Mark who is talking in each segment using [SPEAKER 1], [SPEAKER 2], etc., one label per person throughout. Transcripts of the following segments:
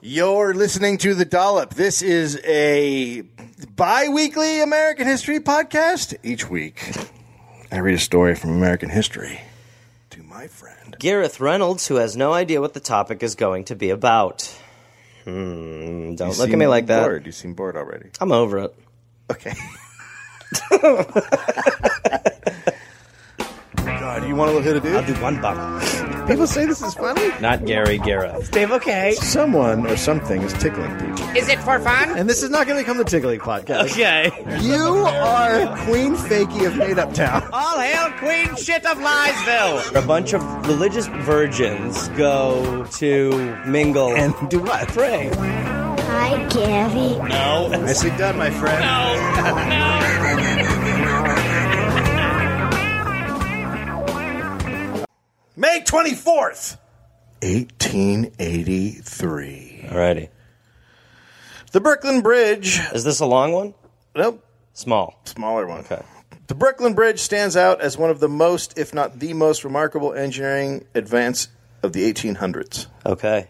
[SPEAKER 1] You're listening to The Dollop. This is a bi weekly American history podcast. Each week, I read a story from American history to my friend.
[SPEAKER 2] Gareth Reynolds, who has no idea what the topic is going to be about. Hmm, don't look at me like that.
[SPEAKER 1] Bored. You seem bored already.
[SPEAKER 2] I'm over it.
[SPEAKER 1] Okay. God, you want to look at a dude?
[SPEAKER 2] Do one bump.
[SPEAKER 1] People say this is funny.
[SPEAKER 2] Not Gary Gareth.
[SPEAKER 3] Dave, okay.
[SPEAKER 1] Someone or something is tickling people.
[SPEAKER 4] Is it for fun?
[SPEAKER 3] And this is not going to become the Tickling Podcast.
[SPEAKER 2] Okay.
[SPEAKER 1] You are Queen Fakey of Made Up Town.
[SPEAKER 4] All hail Queen Shit of Liesville!
[SPEAKER 2] A bunch of religious virgins go to mingle and
[SPEAKER 1] do what?
[SPEAKER 2] pray.
[SPEAKER 5] Hi, Gabby.
[SPEAKER 2] No.
[SPEAKER 1] Nicely done, my friend. May 24th, 1883.
[SPEAKER 2] Alrighty.
[SPEAKER 1] The Brooklyn Bridge.
[SPEAKER 2] Is this a long one?
[SPEAKER 1] Nope,
[SPEAKER 2] Small.
[SPEAKER 1] smaller one.
[SPEAKER 2] Okay.
[SPEAKER 1] The Brooklyn Bridge stands out as one of the most, if not the most, remarkable engineering advance of the 1800s.
[SPEAKER 2] Okay.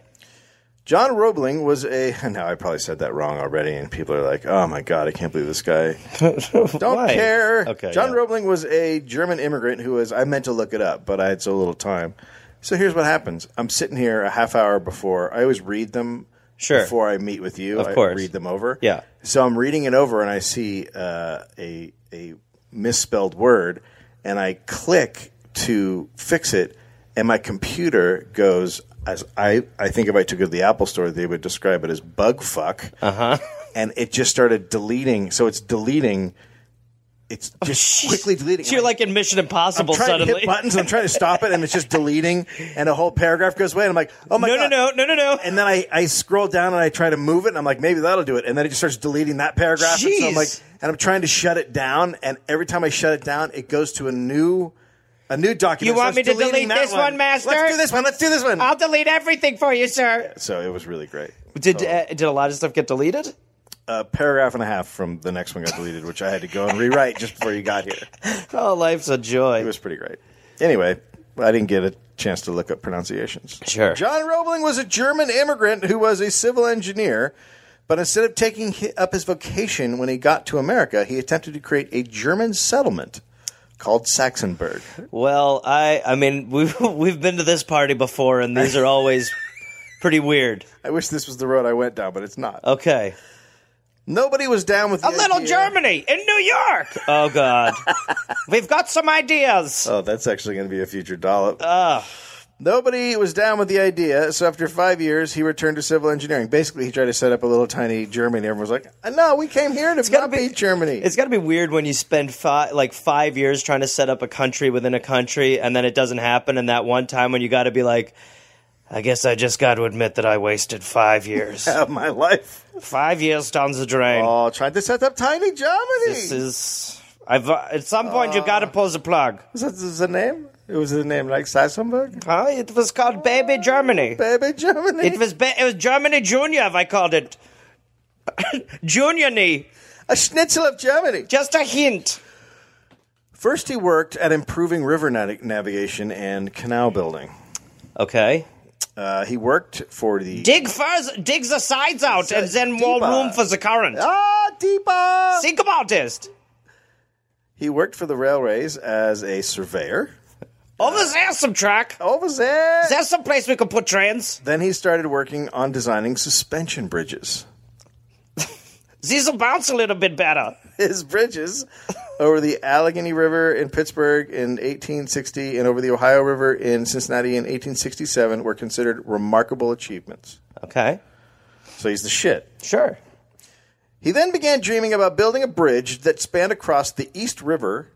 [SPEAKER 1] John Roebling was a. Now I probably said that wrong already, and people are like, "Oh my god, I can't believe this guy." Don't
[SPEAKER 2] Why?
[SPEAKER 1] care.
[SPEAKER 2] Okay.
[SPEAKER 1] John
[SPEAKER 2] yeah.
[SPEAKER 1] Roebling was a German immigrant who was. I meant to look it up, but I had so little time. So here's what happens. I'm sitting here a half hour before. I always read them
[SPEAKER 2] Sure.
[SPEAKER 1] before I meet with you.
[SPEAKER 2] Of
[SPEAKER 1] I
[SPEAKER 2] course.
[SPEAKER 1] read them over.
[SPEAKER 2] Yeah.
[SPEAKER 1] So I'm reading it over, and I see uh, a a misspelled word, and I click to fix it, and my computer goes. As I, I think if I took it to the Apple Store, they would describe it as bug fuck.
[SPEAKER 2] Uh-huh.
[SPEAKER 1] Uh huh. And it just started deleting. So it's deleting. It's just quickly deleting.
[SPEAKER 2] You're Oh, like in Mission Impossible
[SPEAKER 1] I'm trying to
[SPEAKER 2] suddenly.
[SPEAKER 1] hit buttons. I'm trying to stop it, and it's just deleting. And a whole paragraph goes away. And I'm like, oh my
[SPEAKER 2] no, no,
[SPEAKER 1] god,
[SPEAKER 2] no, no, no, no.
[SPEAKER 1] and then I, I scroll down and I try to move it and I'm like maybe that'll do it and then it just starts deleting that paragraph and so I'm
[SPEAKER 2] Jeez.
[SPEAKER 1] like and I'm trying to shut it down and every time I shut it down it goes to a new a new document.
[SPEAKER 2] You want
[SPEAKER 1] it's
[SPEAKER 2] me to
[SPEAKER 1] deleting
[SPEAKER 2] delete
[SPEAKER 1] that
[SPEAKER 2] this one, Master?
[SPEAKER 1] Let's do this one. Let's do this one.
[SPEAKER 4] I'll delete everything for you, sir.
[SPEAKER 1] so it was really great.
[SPEAKER 2] Did uh, did a lot of stuff get deleted?
[SPEAKER 1] A paragraph and a half from the next one got deleted, which I had to go and rewrite just before you got here.
[SPEAKER 2] Oh, life's a
[SPEAKER 1] It
[SPEAKER 2] joy.
[SPEAKER 1] was pretty great. Anyway, I didn't get a chance to look up pronunciations.
[SPEAKER 2] Sure.
[SPEAKER 1] John Roebling was a German immigrant who was a civil engineer, but instead of taking hi- up his vocation when he got to America, he attempted to create a German settlement called Saxonburg.
[SPEAKER 2] Well, I I mean we've we've been to this party before, and these are always pretty weird.
[SPEAKER 1] I wish this was the road I went down, but it's not.
[SPEAKER 2] Okay.
[SPEAKER 1] Nobody was down with
[SPEAKER 4] Uh, A
[SPEAKER 1] the
[SPEAKER 4] little
[SPEAKER 1] idea-
[SPEAKER 4] Germany in New York!
[SPEAKER 2] Oh God.
[SPEAKER 4] We've got some ideas.
[SPEAKER 1] Oh, that's actually going to be a future dollop.
[SPEAKER 2] Ah.
[SPEAKER 1] Nobody was down with the idea, so after five years, he returned to civil engineering. Basically, he tried to set up a little tiny Germany. Everyone was like, "Uh, "No, we came here to
[SPEAKER 2] gotta
[SPEAKER 1] not be, Germany."
[SPEAKER 2] It's got to be weird when you spend five, like five years trying to set up a country within a country, and then it doesn't happen. And that one time when you got to be like, I guess I just got to admit that I wasted five years.
[SPEAKER 1] of my life.
[SPEAKER 2] five years down the drain.
[SPEAKER 1] Oh, tried to set up tiny Germany.
[SPEAKER 2] this is. I've uh, at some point you got to pull the plug.
[SPEAKER 1] was that the name? It was the name like Saxonburg,
[SPEAKER 2] Huh? It was called Baby Germany.
[SPEAKER 1] baby Germany.
[SPEAKER 2] It was ba- it was Germany Junior. If I called it Juniorny,
[SPEAKER 1] a schnitzel of Germany.
[SPEAKER 2] just a hint.
[SPEAKER 1] First, he worked at improving river na- navigation and canal building.
[SPEAKER 2] Okay.
[SPEAKER 1] Uh, he worked for the
[SPEAKER 2] Dig first, dig the sides out, and then more
[SPEAKER 1] deeper.
[SPEAKER 2] room for the current.
[SPEAKER 1] ah deeper.
[SPEAKER 2] Think about this.
[SPEAKER 1] He worked for the railways as a surveyor.
[SPEAKER 2] Over there's some track.
[SPEAKER 1] Over there.
[SPEAKER 2] There's some place we could put trains.
[SPEAKER 1] then he started working on designing suspension bridges.
[SPEAKER 2] These will bounce a little bit better.
[SPEAKER 1] his bridges over the Allegheny River in Pittsburgh in 1860 and over the Ohio River in Cincinnati in 1867 were considered remarkable achievements.
[SPEAKER 2] Okay.
[SPEAKER 1] So he's the shit.
[SPEAKER 2] Sure.
[SPEAKER 1] He then began dreaming about building a bridge that spanned across the East River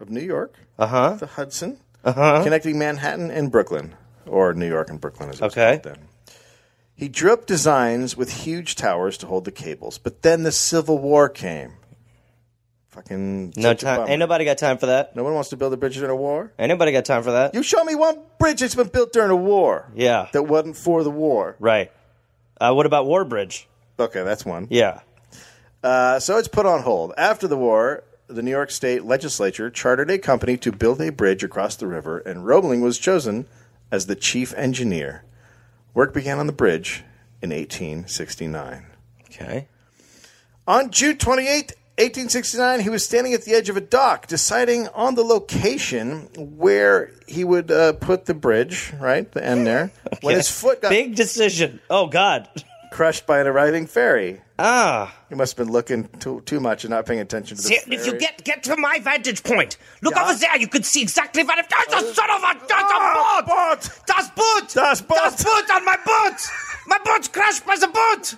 [SPEAKER 1] of New York, uh-huh. the Hudson, uh-huh. connecting Manhattan and Brooklyn, or New York and Brooklyn as it was
[SPEAKER 2] Okay.
[SPEAKER 1] called then. He drew up designs with huge towers to hold the cables, but then the Civil War came. Fucking
[SPEAKER 2] No
[SPEAKER 1] such a
[SPEAKER 2] time.
[SPEAKER 1] bummer.
[SPEAKER 2] Ain't nobody got time for that.
[SPEAKER 1] No one wants to build a bridge during a war.
[SPEAKER 2] Ain't nobody got time for that.
[SPEAKER 1] You show me one bridge that's been built during a war.
[SPEAKER 2] Yeah.
[SPEAKER 1] That wasn't for the war.
[SPEAKER 2] Right. Uh, what about Warbridge?
[SPEAKER 1] Okay, that's one.
[SPEAKER 2] Yeah.
[SPEAKER 1] Uh, so it's put on hold. After the war, the New York State legislature chartered a company to build a bridge across the river, and Roebling was chosen as the chief engineer. Work began on the bridge in 1869.
[SPEAKER 2] Okay.
[SPEAKER 1] On June 28, 1869, he was standing at the edge of a dock deciding on the location where he would uh, put the bridge, right? The end there. When his foot got
[SPEAKER 2] Big decision. Oh God.
[SPEAKER 1] crushed by an arriving ferry.
[SPEAKER 2] Ah.
[SPEAKER 1] He must have been looking too, too much and not paying attention to the
[SPEAKER 4] See,
[SPEAKER 1] ferry.
[SPEAKER 4] if you get get to my vantage point, look
[SPEAKER 1] Yeah.
[SPEAKER 4] over there. You can see exactly what I've done. The son of a that's
[SPEAKER 1] Ah,
[SPEAKER 4] a boat. Das boot.
[SPEAKER 1] Das Boot.
[SPEAKER 4] Das boot on my boot. My boot's crushed by the boot.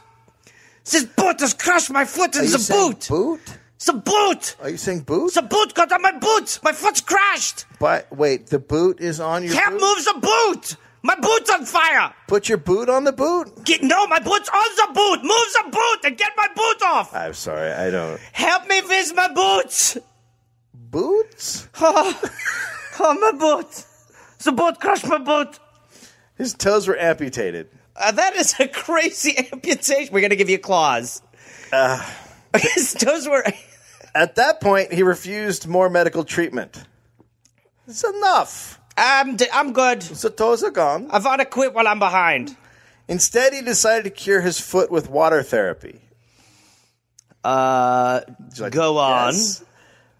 [SPEAKER 4] This boot has crushed my foot in
[SPEAKER 1] Are you
[SPEAKER 4] the
[SPEAKER 1] saying
[SPEAKER 4] boot.
[SPEAKER 1] Boot?
[SPEAKER 4] The boot.
[SPEAKER 1] Are you saying boot?
[SPEAKER 4] The boot got on my boot. My foot's crashed.
[SPEAKER 1] but wait, the boot is on your
[SPEAKER 4] Can't
[SPEAKER 1] boot?
[SPEAKER 4] move the boot. My boot's on fire.
[SPEAKER 1] Put your boot on the boot?
[SPEAKER 4] Get no, my boot's on the boot. Move the boot and get my boot off.
[SPEAKER 1] I'm sorry, I don't.
[SPEAKER 4] Help me with my boots.
[SPEAKER 1] Boots?
[SPEAKER 4] Oh, my boot. The boot crushed my boot.
[SPEAKER 1] His toes were amputated.
[SPEAKER 2] Uh, that is a crazy amputation. We're gonna give you claws. His toes were.
[SPEAKER 1] At that point, he refused more medical treatment. It's enough.
[SPEAKER 2] I'm d- I'm good.
[SPEAKER 1] So toes are gone.
[SPEAKER 2] I've ought to quit while I'm behind.
[SPEAKER 1] Instead, he decided to cure his foot with water therapy.
[SPEAKER 2] Uh,
[SPEAKER 1] He's like,
[SPEAKER 2] go on.
[SPEAKER 1] "Yes."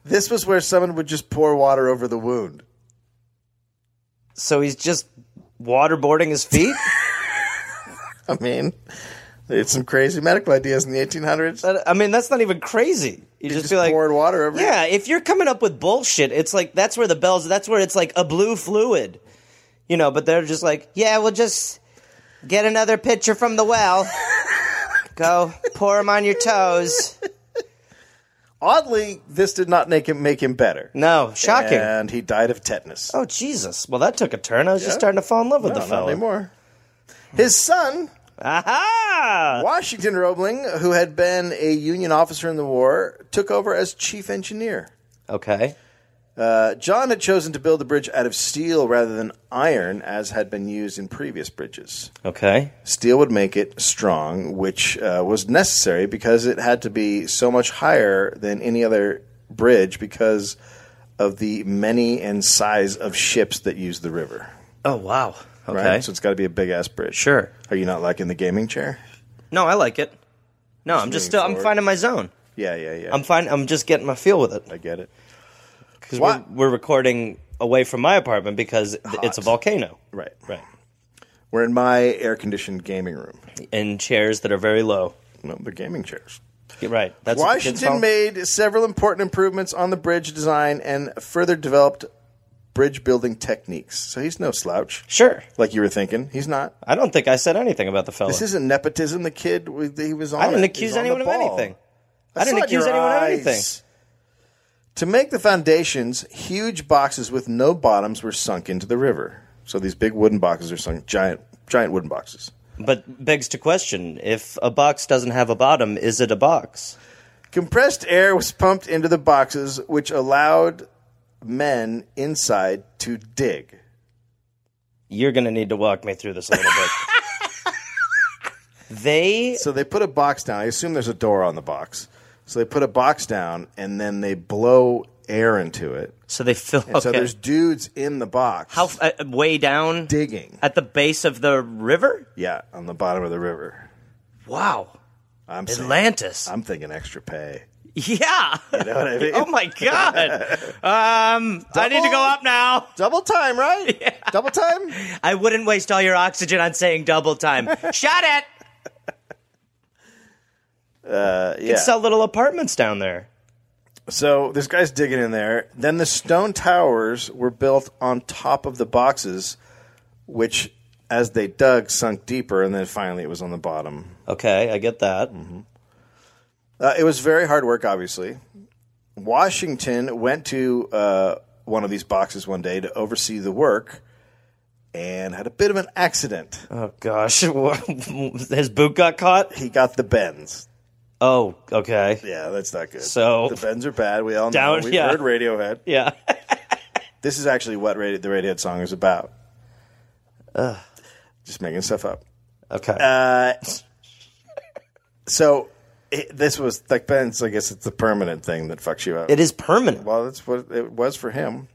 [SPEAKER 1] This was where someone would just pour water over the wound.
[SPEAKER 2] So he's just waterboarding his feet.
[SPEAKER 1] I mean, they had some crazy medical ideas in the 1800s.
[SPEAKER 2] That- I mean, that's not even crazy. You, just,
[SPEAKER 1] just
[SPEAKER 2] be like,
[SPEAKER 1] poured water over.
[SPEAKER 2] yeah. If you're coming up with bullshit, it's like that's where the bells. That's where it's like a blue fluid, you know. But they're just like, yeah, we'll just get another pitcher from the well. Go pour them on your toes.
[SPEAKER 1] Oddly, this did not make him make him better.
[SPEAKER 2] No, shocking.
[SPEAKER 1] And he died of tetanus.
[SPEAKER 2] Oh Jesus! Well, that took a turn. I was
[SPEAKER 1] Yeah.
[SPEAKER 2] just starting to fall in love
[SPEAKER 1] No,
[SPEAKER 2] with the
[SPEAKER 1] not
[SPEAKER 2] fella.
[SPEAKER 1] anymore. His son,
[SPEAKER 2] Aha!
[SPEAKER 1] Washington Roebling, who had been a Union officer in the war, took over as chief engineer.
[SPEAKER 2] Okay.
[SPEAKER 1] Uh, John had chosen to build the bridge out of steel rather than iron, as had been used in previous bridges.
[SPEAKER 2] Okay.
[SPEAKER 1] Steel would make it strong, which uh, was necessary because it had to be so much higher than any other bridge because of the many and size of ships that use the river.
[SPEAKER 2] Oh wow. Okay.
[SPEAKER 1] Right? So it's got to be a big ass bridge.
[SPEAKER 2] Sure.
[SPEAKER 1] Are you not liking the gaming chair?
[SPEAKER 2] no, I like it. No, I'm just
[SPEAKER 1] moving
[SPEAKER 2] still. I'm
[SPEAKER 1] forward.
[SPEAKER 2] finding my zone.
[SPEAKER 1] Yeah, yeah, yeah.
[SPEAKER 2] I'm fine. I'm just getting my feel with it.
[SPEAKER 1] I get it.
[SPEAKER 2] Because we're,
[SPEAKER 1] What?
[SPEAKER 2] we're recording away from my apartment because th- it's a volcano.
[SPEAKER 1] Right.
[SPEAKER 2] Right.
[SPEAKER 1] We're in my air conditioned gaming room.
[SPEAKER 2] And chairs that are very low.
[SPEAKER 1] No, the gaming chairs.
[SPEAKER 2] You're right. That's what the kids call
[SPEAKER 1] Washington
[SPEAKER 2] 'em.
[SPEAKER 1] made several important improvements on the bridge design and further developed bridge building techniques. So he's no slouch.
[SPEAKER 2] Sure.
[SPEAKER 1] Like you were thinking. He's not.
[SPEAKER 2] I don't think I said anything about the fellow.
[SPEAKER 1] This isn't nepotism. The kid, was- he was on
[SPEAKER 2] I didn't
[SPEAKER 1] it. He
[SPEAKER 2] accuse
[SPEAKER 1] was on the
[SPEAKER 2] anyone of
[SPEAKER 1] ball.
[SPEAKER 2] anything.
[SPEAKER 1] I, saw it
[SPEAKER 2] didn't
[SPEAKER 1] in
[SPEAKER 2] accuse
[SPEAKER 1] your
[SPEAKER 2] anyone of anything.
[SPEAKER 1] eyes. To make the foundations, huge boxes with no bottoms were sunk into the river. So these big wooden boxes are sunk, giant, giant wooden boxes.
[SPEAKER 2] But begs to question if a box doesn't have a bottom, is it a box?
[SPEAKER 1] Compressed air was pumped into the boxes, which allowed men inside to dig.
[SPEAKER 2] You're going to need to walk me through this a little bit. they.
[SPEAKER 1] So they put a box down. I assume there's a door on the box. So they put a box down and then they blow air into it.
[SPEAKER 2] So they fill.
[SPEAKER 1] And
[SPEAKER 2] Okay.
[SPEAKER 1] so there's dudes in the box
[SPEAKER 2] How, f- uh, way down?
[SPEAKER 1] digging.
[SPEAKER 2] At the base of the river?
[SPEAKER 1] Yeah, on the bottom of the river.
[SPEAKER 2] Wow.
[SPEAKER 1] I'm saying-
[SPEAKER 2] Atlantis.
[SPEAKER 1] I'm thinking extra pay.
[SPEAKER 2] Yeah.
[SPEAKER 1] Uh, You know what I mean?
[SPEAKER 2] Oh my god. Um, I need to go up now.
[SPEAKER 1] Double time, right? Double time?
[SPEAKER 2] I wouldn't waste all your oxygen on saying double time. Shut it.
[SPEAKER 1] Uh, yeah.
[SPEAKER 2] Sell little apartments down there.
[SPEAKER 1] So this guy's digging in there. Then the stone towers were built on top of the boxes, which, as they dug, sunk deeper, and then finally it was on the bottom.
[SPEAKER 2] Okay, I get that.
[SPEAKER 1] Mm-hmm. Uh, it was very hard work, obviously. Washington went to uh, one of these boxes one day to oversee the work and had a bit of an accident.
[SPEAKER 2] Oh gosh, his boot got caught.
[SPEAKER 1] He got the bends.
[SPEAKER 2] Oh, okay.
[SPEAKER 1] Yeah, that's not good.
[SPEAKER 2] So-
[SPEAKER 1] the bends are bad. We all
[SPEAKER 2] Down-
[SPEAKER 1] know. We've
[SPEAKER 2] yeah.
[SPEAKER 1] heard Radiohead.
[SPEAKER 2] Yeah.
[SPEAKER 1] This is actually what radio, the Radiohead song is about. Just making stuff up.
[SPEAKER 2] Okay.
[SPEAKER 1] Uh, so it, this was like Ben's. I guess it's the permanent thing that fucks you up.
[SPEAKER 2] it is permanent.
[SPEAKER 1] Well, that's what it was for him.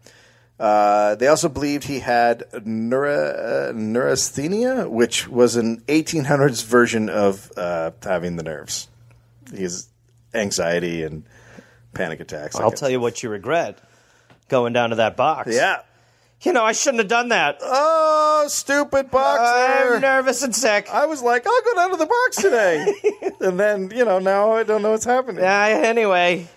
[SPEAKER 1] Uh, they also believed he had neura, uh, neurasthenia, which was an 1800s version of uh, having the nerves. He has anxiety and panic attacks.
[SPEAKER 2] I'll tell you what you regret going down to that box.
[SPEAKER 1] Yeah.
[SPEAKER 2] You know, I shouldn't have done that.
[SPEAKER 1] Oh, stupid boxer!
[SPEAKER 2] I'm nervous and sick. Uh,
[SPEAKER 1] I was like, I'll go down to the box today, and then you know now I don't know what's happening.
[SPEAKER 2] Yeah, anyway.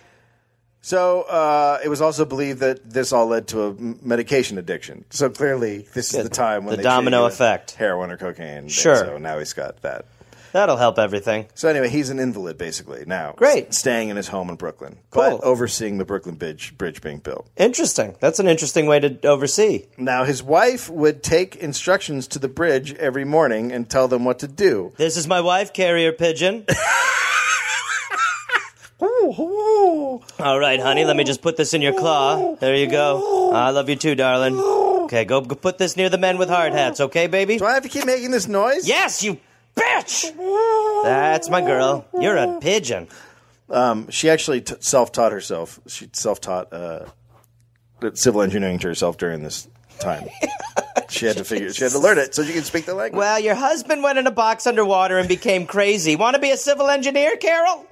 [SPEAKER 1] So uh, it was also believed that this all led to a m- medication addiction. So clearly, this is the time when
[SPEAKER 2] The
[SPEAKER 1] they
[SPEAKER 2] domino
[SPEAKER 1] treated
[SPEAKER 2] effect.
[SPEAKER 1] heroin or cocaine.
[SPEAKER 2] Sure.
[SPEAKER 1] So now he's got that.
[SPEAKER 2] That'll help everything.
[SPEAKER 1] So anyway, he's an invalid basically now.
[SPEAKER 2] Great.
[SPEAKER 1] S- staying in his home in Brooklyn,
[SPEAKER 2] Cool.
[SPEAKER 1] but overseeing the Brooklyn Bridge bridge being built.
[SPEAKER 2] Interesting. That's an interesting way to oversee.
[SPEAKER 1] Now his wife would take instructions to the bridge every morning and tell them what to do.
[SPEAKER 2] This is my wife, carrier pigeon. All right, honey, let me just put this in your claw. There you go. I love you too, darling. Okay, go, go put this near the men with hard hats, okay, baby?
[SPEAKER 1] Do I have to keep making this noise?
[SPEAKER 2] Yes, you bitch! That's my girl. You're a pigeon.
[SPEAKER 1] She actually t- self-taught herself. She self-taught uh, civil engineering to herself during this time. she had to figure. She had to learn it so she could speak the language.
[SPEAKER 2] Well, your husband went in a box underwater and became crazy. Want to be a civil engineer, Carol?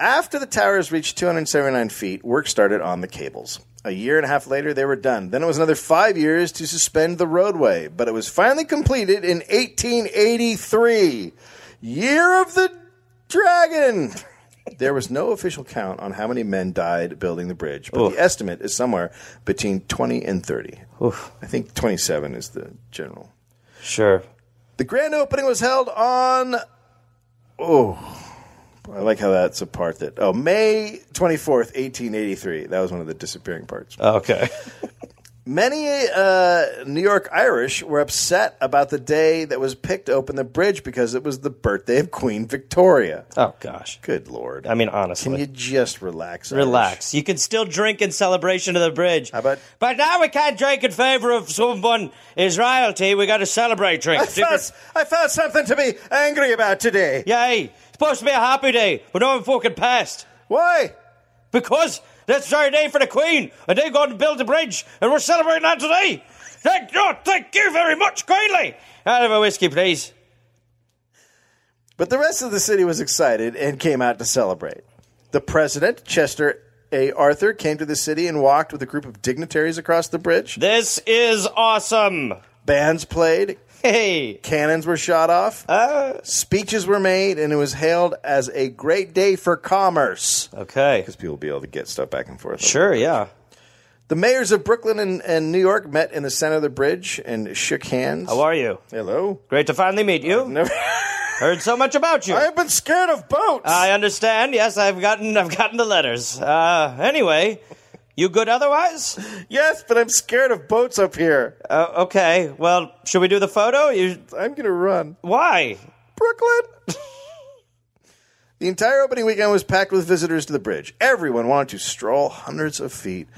[SPEAKER 1] After the towers reached 279 feet, work started on the cables. A year and a half later, they were done. Then it was another five years to suspend the roadway, but it was finally completed in 1883. Year of the Dragon! There was no official count on how many men died building the bridge, but the estimate is somewhere between 20 and 30. I think 27 is the general.
[SPEAKER 2] Sure.
[SPEAKER 1] The grand opening was held on. Oh, I like how that's a part that. Oh, May 24th, 1883. That was one of the disappearing parts.
[SPEAKER 2] Okay.
[SPEAKER 1] Many uh, New York Irish were upset about the day that was picked to open the bridge because it was the birthday of Queen Victoria.
[SPEAKER 2] Oh, gosh.
[SPEAKER 1] Good lord.
[SPEAKER 2] I mean, honestly.
[SPEAKER 1] can you just relax? Irish?
[SPEAKER 2] Relax. You can still drink in celebration of the bridge.
[SPEAKER 1] How about-
[SPEAKER 2] But now we can't drink in favor of someone is royalty. We got to celebrate
[SPEAKER 1] I
[SPEAKER 2] drinks.
[SPEAKER 1] felt, I felt something to be angry about today.
[SPEAKER 2] Yay! It's supposed to be a happy day, but no one fucking passed
[SPEAKER 1] Why?
[SPEAKER 2] because that's our day for the Queen, and they got to build the bridge, and we're celebrating that today. Thank you, thank you very much, Queenly. I'll have a whiskey, please.
[SPEAKER 1] But the rest of the city was excited and came out to celebrate. The president, Chester A. Arthur, came to the city and walked with a group of dignitaries across the bridge.
[SPEAKER 2] This is awesome.
[SPEAKER 1] Bands played,
[SPEAKER 2] Hey,
[SPEAKER 1] cannons were shot off, Uh, speeches were made, and it was hailed as a great day for commerce.
[SPEAKER 2] okay,
[SPEAKER 1] Because people will be able to get stuff back and forth.
[SPEAKER 2] sure, yeah.
[SPEAKER 1] The mayors of Brooklyn and, and New York met in the center of the bridge and shook hands.
[SPEAKER 2] How are you?
[SPEAKER 1] Hello.
[SPEAKER 2] Great to finally meet you.
[SPEAKER 1] Never- Uh,
[SPEAKER 2] Heard so much about you.
[SPEAKER 1] I've been scared of boats.
[SPEAKER 2] I understand. Yes, I've gotten I've gotten the letters. Uh, anyway, you good otherwise?
[SPEAKER 1] yes, but I'm scared of boats up here.
[SPEAKER 2] Uh, okay. Well, should we do the photo? You
[SPEAKER 1] I'm going to run.
[SPEAKER 2] why?
[SPEAKER 1] Brooklyn. the entire opening weekend was packed with visitors to the bridge. Everyone wanted to stroll hundreds of feet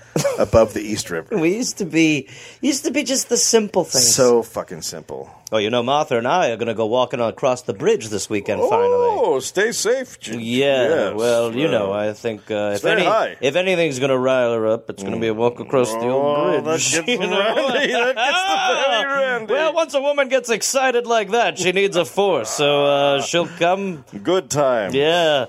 [SPEAKER 1] above the East River.
[SPEAKER 2] We used to be used to be just the simple things.
[SPEAKER 1] so fucking simple.
[SPEAKER 2] oh, you know, Martha and I are going to go walking across the bridge this weekend. Finally.
[SPEAKER 1] Oh, stay safe. G-
[SPEAKER 2] Yeah.
[SPEAKER 1] yes.
[SPEAKER 2] well, you know, I think uh, if
[SPEAKER 1] very
[SPEAKER 2] any
[SPEAKER 1] high.
[SPEAKER 2] if anything's going to rile her up, it's going to be a walk across the
[SPEAKER 1] Oh, that
[SPEAKER 2] old bridge.
[SPEAKER 1] gets
[SPEAKER 2] you know?
[SPEAKER 1] randy. That gets the very randy.
[SPEAKER 2] Well, once a woman gets excited like that, she needs a force. So uh, she'll come
[SPEAKER 1] Good time.
[SPEAKER 2] Yeah.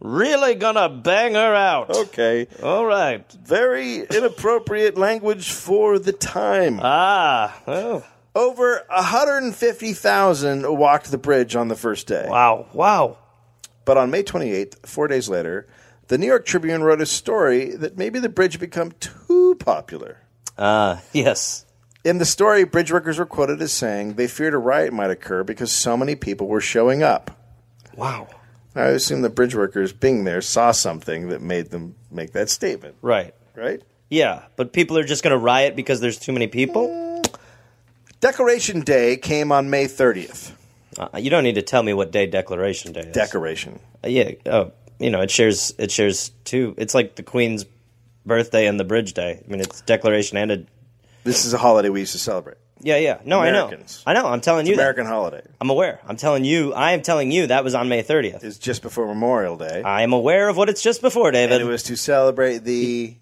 [SPEAKER 2] Really gonna bang her out.
[SPEAKER 1] Okay.
[SPEAKER 2] All right.
[SPEAKER 1] Very inappropriate language for the time.
[SPEAKER 2] Ah. Oh.
[SPEAKER 1] Over 150,000 walked the bridge on the first day.
[SPEAKER 2] Wow. Wow.
[SPEAKER 1] But on May 28th, four days later, the New York Tribune wrote a story that maybe the bridge had become too popular.
[SPEAKER 2] Ah. yes.
[SPEAKER 1] In the story, bridge workers were quoted as saying they feared a riot might occur because so many people were showing up.
[SPEAKER 2] Wow.
[SPEAKER 1] I assume the bridge workers being there saw something that made them make that statement,
[SPEAKER 2] Right.
[SPEAKER 1] right?
[SPEAKER 2] Yeah. But people are just gonna riot because there's too many people.
[SPEAKER 1] Decoration Day came on May 30th.
[SPEAKER 2] Uh, you don't need to tell me what day Declaration Day is.
[SPEAKER 1] Decoration.
[SPEAKER 2] Uh, yeah. Oh. You know, it shares. It shares two. It's like the Queen's birthday and the Bridge Day. I mean, it's Declaration and a.
[SPEAKER 1] This is a holiday we used to celebrate.
[SPEAKER 2] Yeah. Yeah. No,
[SPEAKER 1] Americans.
[SPEAKER 2] I know. I know. I'm telling you. that.
[SPEAKER 1] American holiday.
[SPEAKER 2] I'm aware. I'm telling you. I am telling you that was on May 30th.
[SPEAKER 1] It's just before Memorial Day.
[SPEAKER 2] I am aware of what it's just before, David.
[SPEAKER 1] and it was to celebrate the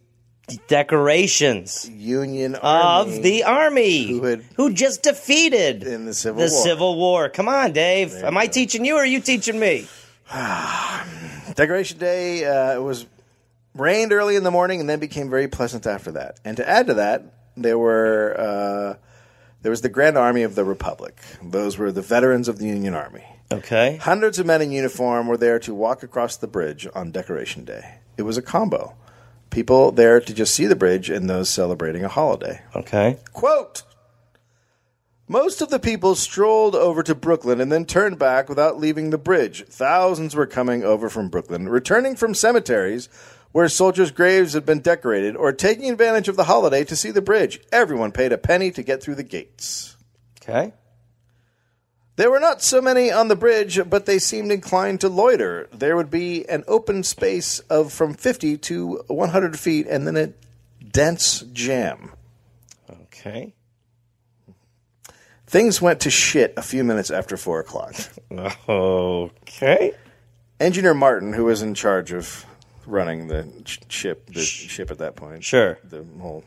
[SPEAKER 2] decorations
[SPEAKER 1] Union Army
[SPEAKER 2] of the army
[SPEAKER 1] who had-
[SPEAKER 2] who just defeated
[SPEAKER 1] in the Civil
[SPEAKER 2] the
[SPEAKER 1] War.
[SPEAKER 2] Civil War. Come on, Dave. Am I teaching you or are you teaching me?
[SPEAKER 1] Decoration Day uh, it was rained early in the morning and then became very pleasant after that. And to add to that, there were uh, there was the Grand Army of the Republic. Those were the veterans of the Union Army.
[SPEAKER 2] Okay.
[SPEAKER 1] Hundreds of men in uniform were there to walk across the bridge on Decoration Day. It was a combo. People there to just see the bridge and those celebrating a holiday.
[SPEAKER 2] Okay.
[SPEAKER 1] Quote Most of the people strolled over to Brooklyn and then turned back without leaving the bridge. Thousands were coming over from Brooklyn, returning from cemeteries where soldiers' graves had been decorated, or taking advantage of the holiday to see the bridge. Everyone paid a penny to get through the gates.
[SPEAKER 2] Okay.
[SPEAKER 1] There were not so many on the bridge, but they seemed inclined to loiter. There would be an open space of from 50 to 100 feet and then a dense jam.
[SPEAKER 2] Okay.
[SPEAKER 1] Things went to shit a few minutes after 4 o'clock.
[SPEAKER 2] Okay.
[SPEAKER 1] Engineer Martin, who was in charge of running the sh- ship, the ship at that point.
[SPEAKER 2] Sure.
[SPEAKER 1] The whole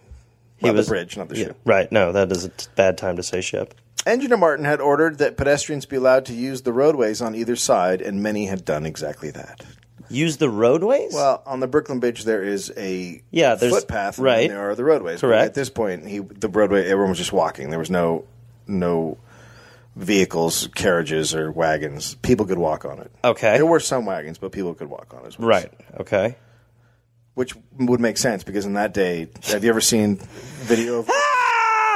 [SPEAKER 1] well,
[SPEAKER 2] was-
[SPEAKER 1] the bridge, not the ship.
[SPEAKER 2] Right. No, that is a t- bad time to say ship.
[SPEAKER 1] Engineer Martin had ordered that pedestrians be allowed to use the roadways on either side, and many had done exactly that.
[SPEAKER 2] Use the roadways?
[SPEAKER 1] Well, on the Brooklyn Bridge, there is a
[SPEAKER 2] Yeah, there's-
[SPEAKER 1] footpath, and
[SPEAKER 2] right.
[SPEAKER 1] then there are the roadways. But
[SPEAKER 2] Correct.
[SPEAKER 1] at this point, he the roadway everyone was just walking. There was no no vehicles, carriages, or wagons. People could walk on it.
[SPEAKER 2] Okay.
[SPEAKER 1] there were some wagons, but people could walk on it. As well.
[SPEAKER 2] right. Okay.
[SPEAKER 1] which would make sense because in that day, have you ever seen video of?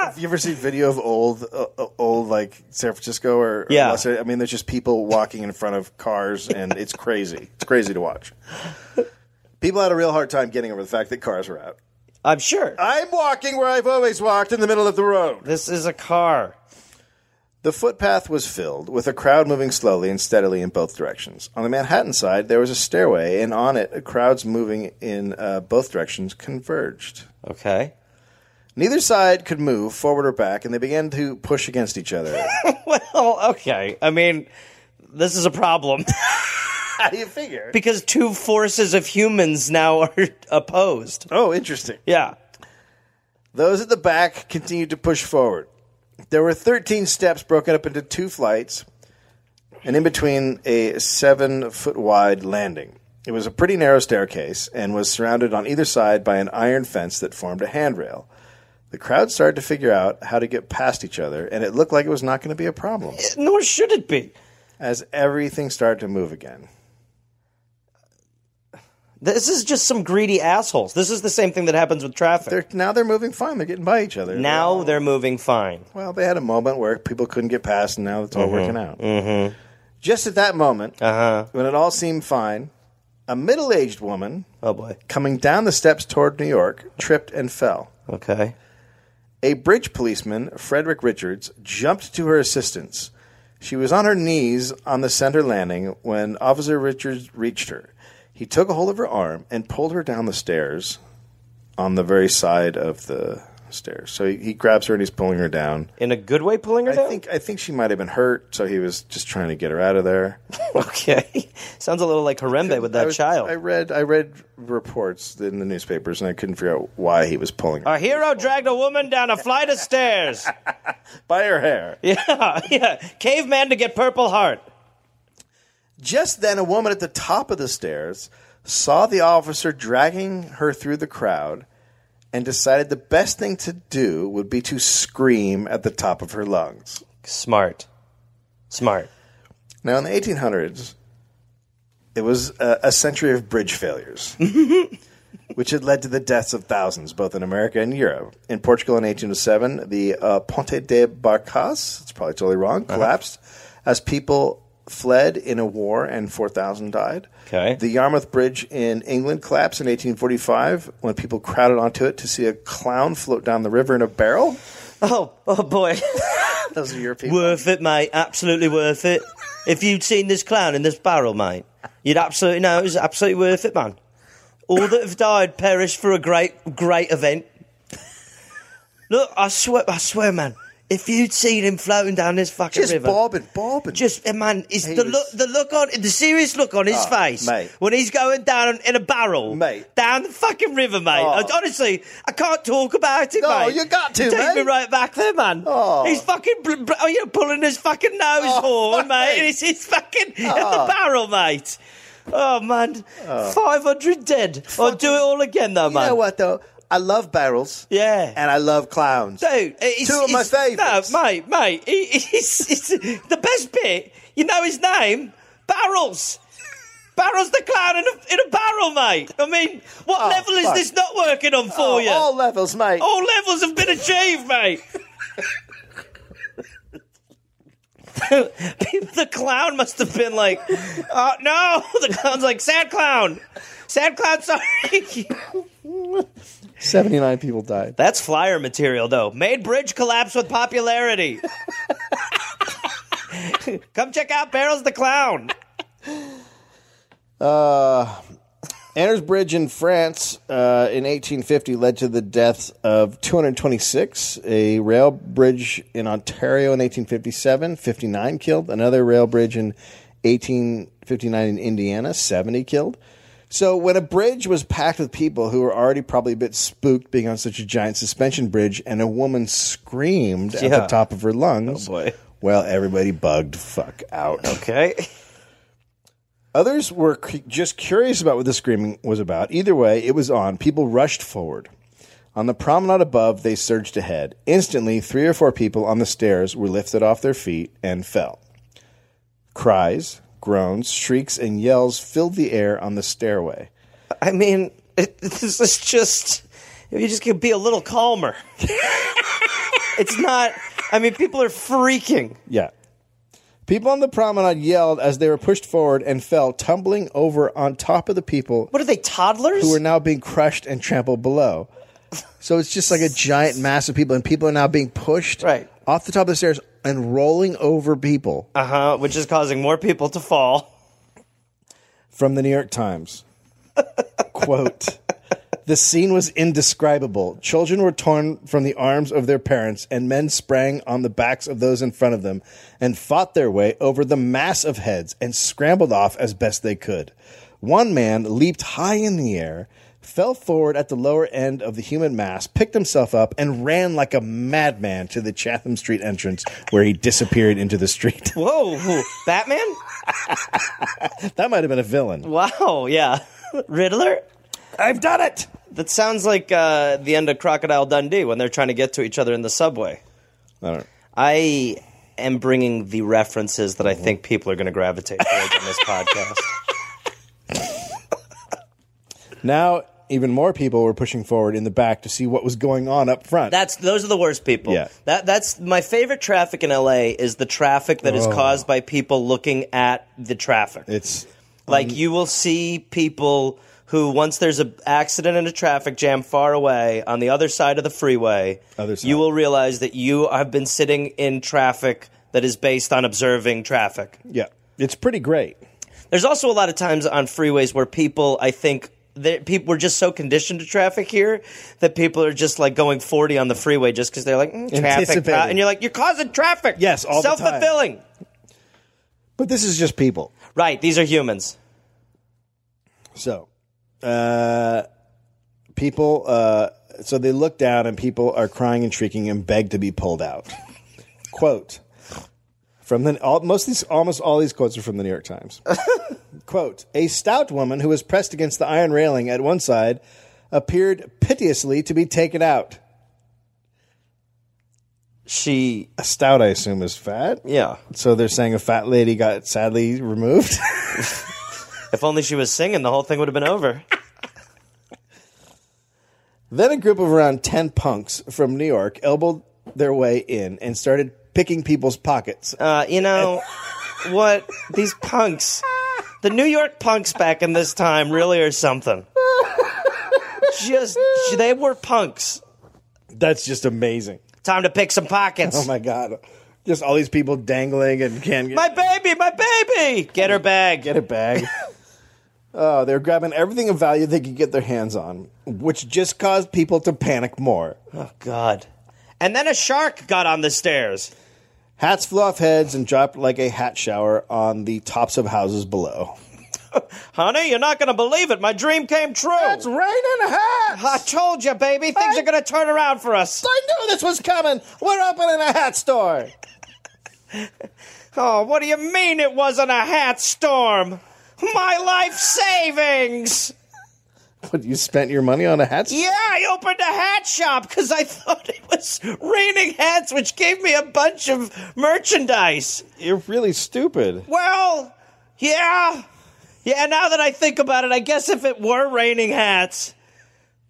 [SPEAKER 1] Have you ever seen video of old, uh, uh, old like San Francisco or, or
[SPEAKER 2] Yeah.
[SPEAKER 1] Los Angeles? I mean, there's just people walking in front of cars, and it's crazy. It's crazy to watch. People had a real hard time getting over the fact that cars were out.
[SPEAKER 2] I'm sure.
[SPEAKER 1] I'm walking where I've always walked in the middle of the road.
[SPEAKER 2] this is a car.
[SPEAKER 1] The footpath was filled, with a crowd moving slowly and steadily in both directions. On the Manhattan side, there was a stairway, and on it, crowds moving in uh, both directions converged.
[SPEAKER 2] Okay.
[SPEAKER 1] Neither side could move forward or back, and they began to push against each other.
[SPEAKER 2] Well, okay. I mean, this is a problem
[SPEAKER 1] How do you figure?
[SPEAKER 2] because two forces of humans now are opposed.
[SPEAKER 1] oh, interesting.
[SPEAKER 2] Yeah.
[SPEAKER 1] Those at the back continued to push forward. There were 13 steps broken up into two flights, and in between a seven foot wide landing. It was a pretty narrow staircase and was surrounded on either side by an iron fence that formed a handrail. The crowd started to figure out how to get past each other, and it looked like it was not going to be a problem
[SPEAKER 2] Nor should it be.
[SPEAKER 1] as everything started to move again.
[SPEAKER 2] This is just some greedy assholes. This is the same thing that happens with traffic.
[SPEAKER 1] They're, now they're moving fine. They're getting by each other.
[SPEAKER 2] now they're moving fine.
[SPEAKER 1] Well, they had a moment where people couldn't get past, and now it's all working out. Mm-hmm. Uh-huh. Just at that moment, when it all seemed fine, a middle aged woman
[SPEAKER 2] Oh boy.
[SPEAKER 1] coming down the steps toward New York tripped and fell.
[SPEAKER 2] Okay.
[SPEAKER 1] A bridge policeman, Frederick Richards, jumped to her assistance. She was on her knees on the center landing when Officer Richards reached her. He took a hold of her arm and pulled her down the stairs on the very side of the stairs. So he, he grabs her and he's pulling her down.
[SPEAKER 2] In a good way, pulling her
[SPEAKER 1] I
[SPEAKER 2] down.
[SPEAKER 1] think I think she might have been hurt, so he was just trying to get her out of there.
[SPEAKER 2] Okay. Sounds a little like Harembe with
[SPEAKER 1] I
[SPEAKER 2] that
[SPEAKER 1] was-
[SPEAKER 2] child.
[SPEAKER 1] I read I read reports in the newspapers, and I couldn't figure out why he was pulling her
[SPEAKER 2] a hero dragged a woman down a flight of stairs.
[SPEAKER 1] by her hair.
[SPEAKER 2] Yeah, yeah. Caveman to get Purple Heart.
[SPEAKER 1] Just then, a woman at the top of the stairs saw the officer dragging her through the crowd, and decided the best thing to do would be to scream at the top of her lungs.
[SPEAKER 2] Smart. Smart.
[SPEAKER 1] Now, in the 1800s, it was a, a century of bridge failures, which had led to the deaths of thousands, both in America and Europe. In Portugal in 1807, the uh, Ponte de Barcas, it's probably totally wrong,
[SPEAKER 2] Uh-huh.
[SPEAKER 1] collapsed as people fled in a war and 4,000 died.
[SPEAKER 2] Okay.
[SPEAKER 1] The Yarmouth Bridge in England collapsed in 1845 when people crowded onto it to see a clown float down the river in a barrel.
[SPEAKER 2] Oh, oh boy.
[SPEAKER 1] Those are European.
[SPEAKER 2] worth it, mate. Absolutely worth it. If you'd seen this clown in this barrel, mate, you'd absolutely know it was absolutely worth it, man. All that have died perished for a great, great event. Look, I swear, I swear, man. If you'd seen him floating down this fucking
[SPEAKER 1] Just
[SPEAKER 2] river,
[SPEAKER 1] bobbing, bobbing.
[SPEAKER 2] just uh, man, is
[SPEAKER 1] He
[SPEAKER 2] the
[SPEAKER 1] was-
[SPEAKER 2] look, the look on the serious look on his
[SPEAKER 1] Oh,
[SPEAKER 2] face
[SPEAKER 1] mate.
[SPEAKER 2] when he's going down in a barrel,
[SPEAKER 1] Mate.
[SPEAKER 2] down the fucking river, mate.
[SPEAKER 1] Oh.
[SPEAKER 2] I- honestly, I can't talk about it,
[SPEAKER 1] No,
[SPEAKER 2] mate.
[SPEAKER 1] you got to,
[SPEAKER 2] take me
[SPEAKER 1] mate.
[SPEAKER 2] right back there, man.
[SPEAKER 1] Oh.
[SPEAKER 2] He's fucking, bl- bl- oh, you're pulling his fucking nose
[SPEAKER 1] Oh,
[SPEAKER 2] horn, mate,
[SPEAKER 1] mate.
[SPEAKER 2] and it's his fucking in
[SPEAKER 1] Ah.
[SPEAKER 2] the barrel, mate. Oh man, five hundred dead. I'll do it all again, though,
[SPEAKER 1] You
[SPEAKER 2] man.
[SPEAKER 1] know what though? I love barrels.
[SPEAKER 2] Yeah.
[SPEAKER 1] And I love clowns.
[SPEAKER 2] Dude, it's,
[SPEAKER 1] Two of my
[SPEAKER 2] it's- no,
[SPEAKER 1] favourites.
[SPEAKER 2] mate, mate. he- It's, it's, the best bit. You know his name, Barrels. Barrels the clown in a, in a barrel, mate. I mean, what
[SPEAKER 1] Oh,
[SPEAKER 2] level is
[SPEAKER 1] fuck.
[SPEAKER 2] this not working on for
[SPEAKER 1] Oh,
[SPEAKER 2] you?
[SPEAKER 1] All levels, mate.
[SPEAKER 2] All levels have been achieved, mate. the clown must have been like, oh, no. The clown's like, sad clown. Sad clown, sorry.
[SPEAKER 1] 79 people died.
[SPEAKER 2] That's flyer material, though. Made bridge collapse with popularity. Come check out Barrels the Clown.
[SPEAKER 1] Anner's Bridge in France uh, in 1850 led to the deaths of 226. A rail bridge in Ontario in 1857, 59 killed. Another rail bridge in 1859 in Indiana, 70 killed. So when a bridge was packed with people who were already probably a bit spooked being on such a giant suspension bridge, and a woman screamed at
[SPEAKER 2] Yeah.
[SPEAKER 1] the top of her lungs,
[SPEAKER 2] Oh, boy. Oh,
[SPEAKER 1] well, everybody bugged fuck out.
[SPEAKER 2] Okay.
[SPEAKER 1] Others were cu- just curious about what the screaming was about. Either way, it was on. People rushed forward. On the promenade above, they surged ahead. Instantly, three or four people on the stairs were lifted off their feet and fell. Cries, groans, shrieks, and yells filled the air on the stairway.
[SPEAKER 2] I mean, it, this is just. If you just could be a little calmer. it's not. I mean, people are freaking.
[SPEAKER 1] Yeah. People on the promenade yelled as they were pushed forward and fell, tumbling over on top of the people
[SPEAKER 2] What are they, toddlers?
[SPEAKER 1] who are now being crushed and trampled below. So it's just like a giant mass of people, and people are now being pushed
[SPEAKER 2] Right.
[SPEAKER 1] off the top of the stairs and rolling over people.
[SPEAKER 2] uh huh, which is causing more people to fall.
[SPEAKER 1] From the New York Times, quote: "The scene was indescribable. Children were torn from the arms of their parents, and men sprang on the backs of those in front of them and fought their way over the mass of heads and scrambled off as best they could. One man leaped high in the air." fell forward at the lower end of the human mass, picked himself up, and ran like a madman to the Chatham Street entrance, where he disappeared into the street.
[SPEAKER 2] Whoa, Batman?
[SPEAKER 1] that might have been a villain.
[SPEAKER 2] Wow, yeah. Riddler?
[SPEAKER 1] I've done it!
[SPEAKER 2] That sounds like uh, the end of Crocodile Dundee when they're trying to get to each other in the subway.
[SPEAKER 1] I don't
[SPEAKER 2] I am bringing the references that I think people are going to gravitate towards on this podcast.
[SPEAKER 1] Now, even more people were pushing forward in the back to see what was going on up front.
[SPEAKER 2] That's those are the worst people.
[SPEAKER 1] Yeah.
[SPEAKER 2] That that's my favorite traffic in LA is the traffic that is caused by people looking at the traffic.
[SPEAKER 1] it's
[SPEAKER 2] Like you will see people who once there's an accident in a traffic jam far away on the other side of the freeway,
[SPEAKER 1] Other side.
[SPEAKER 2] you will realize that you have been sitting in traffic that is based on observing traffic.
[SPEAKER 1] yeah, it's pretty great.
[SPEAKER 2] There's also a lot of times on freeways where people, I think, that people we're just so conditioned to traffic here that people are just like going 40 on the freeway just because they're like mm, traffic,
[SPEAKER 1] Anticipating.
[SPEAKER 2] and you're like you're causing traffic.
[SPEAKER 1] Yes, all the time.
[SPEAKER 2] self-fulfilling.
[SPEAKER 1] But this is just people.
[SPEAKER 2] Right, these are humans.
[SPEAKER 1] So, uh, people, uh, so they look down and people are crying and shrieking and beg to be pulled out. Quote from the all, most of these almost all these quotes are from the New York Times. Quote: A stout woman who was pressed against the iron railing at one side appeared piteously to be taken out.
[SPEAKER 2] She,
[SPEAKER 1] A stout, I assume, is fat.
[SPEAKER 2] yeah.
[SPEAKER 1] So they're saying a fat lady got sadly removed.
[SPEAKER 2] If only she was singing, the whole thing would have been over.
[SPEAKER 1] Then a group of around 10 punks from New York elbowed their way in and started picking people's pockets.
[SPEAKER 2] Uh, you know what? These punks, the New York punks back in this time, really are something. Just they were punks.
[SPEAKER 1] That's just amazing.
[SPEAKER 2] Time to pick some pockets.
[SPEAKER 1] Oh my God. Just all these people dangling and can't get,
[SPEAKER 2] My baby, my baby! Get her bag.
[SPEAKER 1] get a bag. oh, they were grabbing everything of value they could get their hands on, which just caused people to panic more.
[SPEAKER 2] Oh, God. And then a shark got on the stairs.
[SPEAKER 1] Hats flew off heads and dropped like a hat shower on the tops of houses below.
[SPEAKER 2] Honey, you're not going to believe it. My dream came true.
[SPEAKER 1] raining hats!
[SPEAKER 2] I told you, baby. Things are going to turn around for us.
[SPEAKER 1] I knew this was coming! We're opening a hat store!
[SPEAKER 2] Oh, what do you mean it wasn't a hat storm? My life savings!
[SPEAKER 1] What, you spent your money on a hat store?
[SPEAKER 2] Yeah, I opened a hat shop because I thought it was raining hats, which gave me a bunch of merchandise.
[SPEAKER 1] You're really stupid.
[SPEAKER 2] Well, yeah. Yeah, now that I think about it, I guess if it were raining hats,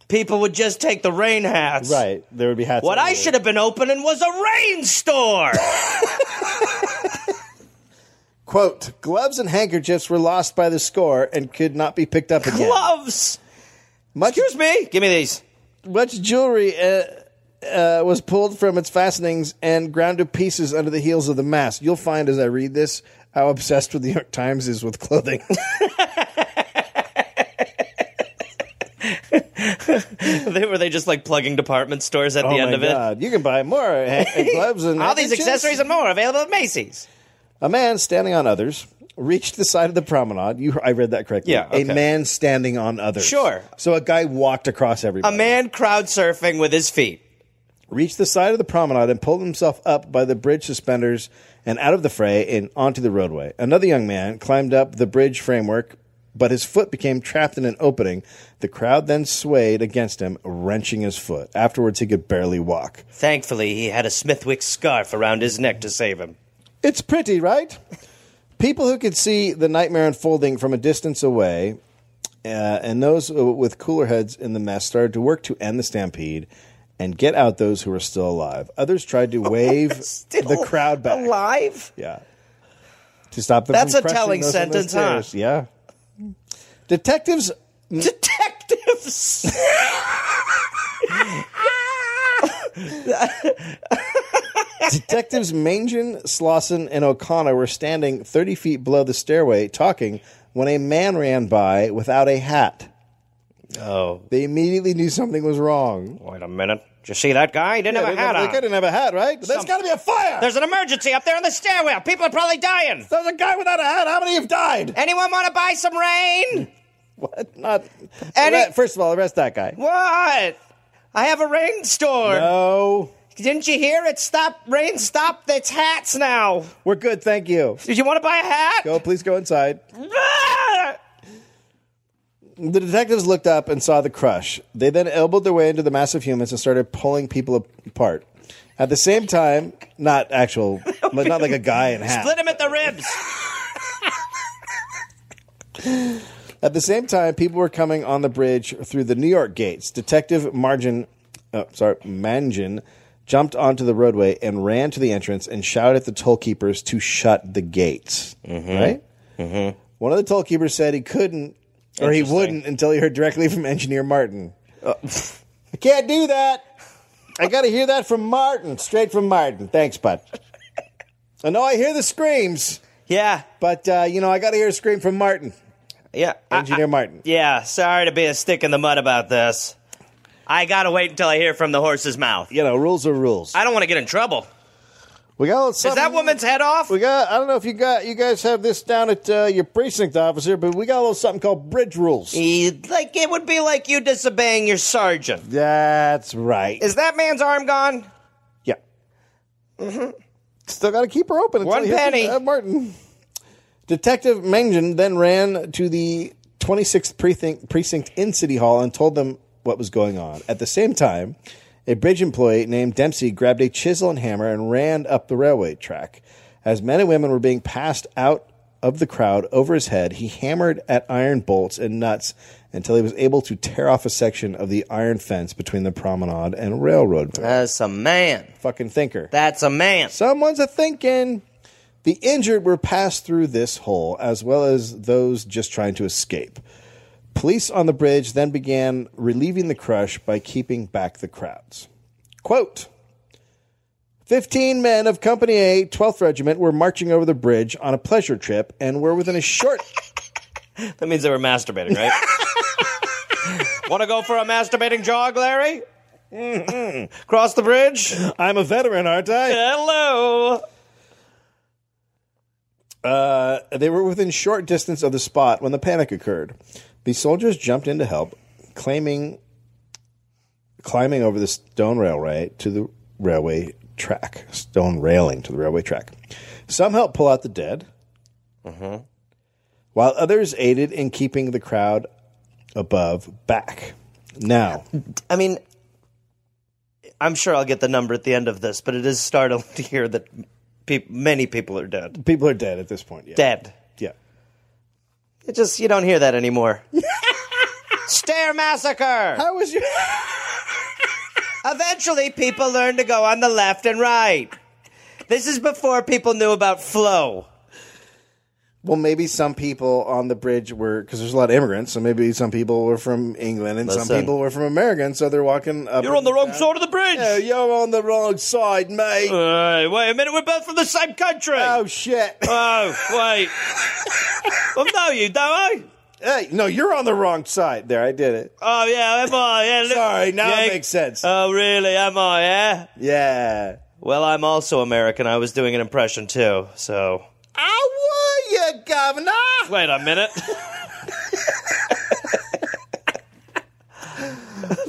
[SPEAKER 2] people would just take the rain hats.
[SPEAKER 1] Right, there would be hats.
[SPEAKER 2] What I
[SPEAKER 1] everywhere.
[SPEAKER 2] should have been opening was a rain store.
[SPEAKER 1] Quote, gloves and handkerchiefs were lost by the score and could not be picked up again.
[SPEAKER 2] Gloves.
[SPEAKER 1] Much,
[SPEAKER 2] Excuse me. Give me these.
[SPEAKER 1] much jewelry uh, uh, was pulled from its fastenings and ground to pieces under the heels of the mast. You'll find as I read this how obsessed with the New York Times is with clothing.
[SPEAKER 2] They were they just like plugging department stores at the end of it.
[SPEAKER 1] Oh You can buy more ha- gloves and
[SPEAKER 2] All these
[SPEAKER 1] handkerchiefs.
[SPEAKER 2] accessories and more available at Macy's.
[SPEAKER 1] A man standing on others reached the side of the promenade. You, I read that correctly.
[SPEAKER 2] Yeah, okay.
[SPEAKER 1] a man standing on others.
[SPEAKER 2] Sure.
[SPEAKER 1] So a guy walked across
[SPEAKER 2] A
[SPEAKER 1] everybody.
[SPEAKER 2] man crowd surfing with his feet.
[SPEAKER 1] reached the side of the promenade and pulled himself up by the bridge suspenders and out of the fray and onto the roadway. Another young man climbed up the bridge framework, but his foot became trapped in an opening. The crowd then swayed against him, wrenching his foot. Afterwards, he could barely walk.
[SPEAKER 2] Thankfully, he had a Smithwick scarf around his neck to save him.
[SPEAKER 1] It's pretty, right? People who could see the nightmare unfolding from a distance away, uh, and those uh, with cooler heads in the mess, started to work to end the stampede and get out those who were still alive. Others tried to wave the crowd back.
[SPEAKER 2] alive.
[SPEAKER 1] Yeah. To stop them.
[SPEAKER 2] That's
[SPEAKER 1] from
[SPEAKER 2] a
[SPEAKER 1] crushing
[SPEAKER 2] telling
[SPEAKER 1] those on those
[SPEAKER 2] sentence, huh?
[SPEAKER 1] stairs. Yeah. Detectives.
[SPEAKER 2] Detectives.
[SPEAKER 1] Detectives Mangan, Slauson, and O'Connor were standing 30 feet below the stairway talking when a man ran by without a hat.
[SPEAKER 2] oh,
[SPEAKER 1] They immediately knew something was wrong.
[SPEAKER 2] wait a minute. Did you see that guy? He didn't
[SPEAKER 1] they
[SPEAKER 2] have a hat
[SPEAKER 1] didn't-
[SPEAKER 2] on.
[SPEAKER 1] they couldn't have a hat, right? There's got to be a fire. There's,
[SPEAKER 2] There's an emergency up there on the stairwell. People are probably dying.
[SPEAKER 1] a guy without a hat. How many have died?
[SPEAKER 2] Anyone want to buy some rain?
[SPEAKER 1] What? Not.
[SPEAKER 2] Any-
[SPEAKER 1] Arre- First of all, arrest that guy.
[SPEAKER 2] What? I have a rain store.
[SPEAKER 1] No,
[SPEAKER 2] Didn't you hear it? Stop rain. Stop. It's hats now.
[SPEAKER 1] we're good. Thank you.
[SPEAKER 2] Did you want to buy a hat?
[SPEAKER 1] Go, please go inside.
[SPEAKER 2] Ah!
[SPEAKER 1] The detectives looked up and saw the crush. They then elbowed their way into the mass of humans and started pulling people apart. At the same time, not actual, like, not like a guy in hat.
[SPEAKER 2] Split him at the ribs.
[SPEAKER 1] At the same time, people were coming on the bridge through the New York gates. Detective Margin, uh, sorry, Mangin, jumped onto the roadway and ran to the entrance and shouted at the toll keepers to shut the gates. Right? Mm-hmm. One of the toll keepers said he couldn't or he wouldn't until he heard directly from engineer Martin. I can't do that. I got to hear that from Martin, straight from Martin. Thanks, bud. I know I hear the screams,
[SPEAKER 2] Yeah.
[SPEAKER 1] but uh, you know I got to hear a scream from Martin,
[SPEAKER 2] Yeah. I-
[SPEAKER 1] engineer Martin.
[SPEAKER 2] Yeah, sorry to be a stick in the mud about this. I gotta wait until I hear from the horse's mouth.
[SPEAKER 1] you know, rules are rules.
[SPEAKER 2] I don't want to get in trouble.
[SPEAKER 1] we got
[SPEAKER 2] Is that woman's head off?
[SPEAKER 1] We got. I don't know if you got you guys have this down at uh, your precinct officer, but we got a little something called bridge rules.
[SPEAKER 2] He- like it would be like you disobeying your sergeant.
[SPEAKER 1] That's right.
[SPEAKER 2] Is that man's arm gone?
[SPEAKER 1] yeah. Mm-hmm. Still got to keep her open. until
[SPEAKER 2] One
[SPEAKER 1] he hits
[SPEAKER 2] penny.
[SPEAKER 1] it, uh, Martin. Detective Mengen then ran to the 26th precinct, precinct in City Hall and told them what was going on. At the same time, a bridge employee named Dempsey grabbed a chisel and hammer and ran up the railway track. As men and women were being passed out of the crowd over his head, he hammered at iron bolts and nuts until he was able to tear off a section of the iron fence between the promenade and railroad.
[SPEAKER 2] That's a man.
[SPEAKER 1] Fucking thinker.
[SPEAKER 2] That's a man.
[SPEAKER 1] Someone's a thinking. The injured were passed through this hole, as well as those just trying to escape. Police on the bridge then began relieving the crush by keeping back the crowds. Quote 15 men of Company A, 12th Regiment, were marching over the bridge on a pleasure trip and were within a short.
[SPEAKER 2] That means they were masturbating, right? want to go for a masturbating jog, Larry? Cross the bridge.
[SPEAKER 1] I'm a veteran, aren't I?
[SPEAKER 2] Hello.
[SPEAKER 1] They were within short distance of the spot when the panic occurred. The soldiers jumped in to help, claiming climbing over the stone railway to the railway track, stone railing to the railway track. Some helped pull out the dead, while others aided in keeping the crowd above back. Now,
[SPEAKER 2] I mean, I'm sure I'll get the number at the end of this, but it is startling to hear that peop many people are dead.
[SPEAKER 1] people are dead at this point. Yeah.
[SPEAKER 2] Dead.
[SPEAKER 1] Yeah.
[SPEAKER 2] It just you don't hear that anymore. Stair massacre.
[SPEAKER 1] How was your?
[SPEAKER 2] Eventually, people learned to go on the left and right. This is before people knew about flow.
[SPEAKER 1] Well, maybe some people on the bridge were because there's a lot of immigrants, so maybe some people were from England and some
[SPEAKER 2] Listen.
[SPEAKER 1] people were from America, and so they're walking up. and
[SPEAKER 2] wrong Uh. side of the bridge.
[SPEAKER 1] down. You're on the wrong side, mate.
[SPEAKER 2] wait a minute, we're both from the same country.
[SPEAKER 1] oh shit!
[SPEAKER 2] Oh, wait. well, no, you don't eh? I?
[SPEAKER 1] hey, no, you're on the wrong side. There, I did it.
[SPEAKER 2] Oh, yeah, am I? Yeah, look-
[SPEAKER 1] Sorry, now it
[SPEAKER 2] yeah.
[SPEAKER 1] makes sense.
[SPEAKER 2] Oh, really? Am I? Yeah.
[SPEAKER 1] yeah.
[SPEAKER 2] Well, I'm also American. I was doing an impression too. So
[SPEAKER 1] How were you, governor?
[SPEAKER 2] wait a minute.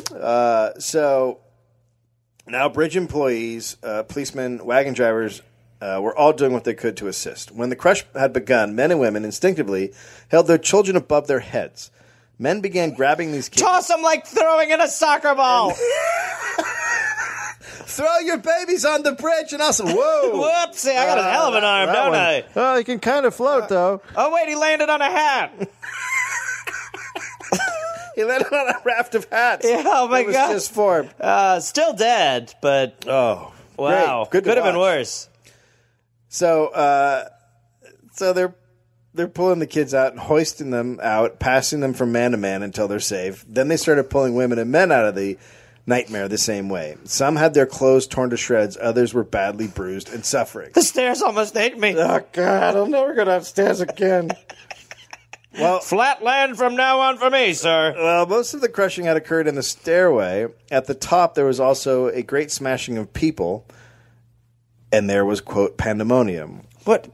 [SPEAKER 1] So now, bridge employees, uh, policemen, wagon drivers uh, were all doing what they could to assist. When the crush had begun, men and women instinctively held their children above their heads. Men began grabbing these kids.
[SPEAKER 2] Toss them like throwing in a soccer ball.
[SPEAKER 1] Throw your babies on the bridge, and I said, "Whoa!"
[SPEAKER 2] Whoopsie! I got a hell of an arm, don't I?
[SPEAKER 6] Oh, you can kind of float though.
[SPEAKER 1] Uh,
[SPEAKER 2] Oh wait, he landed on a hat.
[SPEAKER 1] he landed on a raft of hats.
[SPEAKER 2] Yeah, oh my
[SPEAKER 1] it was
[SPEAKER 2] God.
[SPEAKER 1] just formed.
[SPEAKER 2] Uh, still dead, but
[SPEAKER 1] Oh,
[SPEAKER 2] wow,
[SPEAKER 1] great. Good to
[SPEAKER 2] could have been
[SPEAKER 1] watch.
[SPEAKER 2] worse.
[SPEAKER 1] So, uh, so they're they're pulling the kids out and hoisting them out, passing them from man to man until they're safe. Then they started pulling women and men out of the nightmare the same way. Some had their clothes torn to shreds, others were badly bruised and suffering.
[SPEAKER 2] The stairs almost ate me.
[SPEAKER 1] oh God, I'll never go downstairs again. well,
[SPEAKER 2] Flat land from now on for me, sir.
[SPEAKER 1] well, most of the crushing had occurred in the stairway. At the top, there was also a great smashing of people, and there was quote pandemonium.
[SPEAKER 2] What?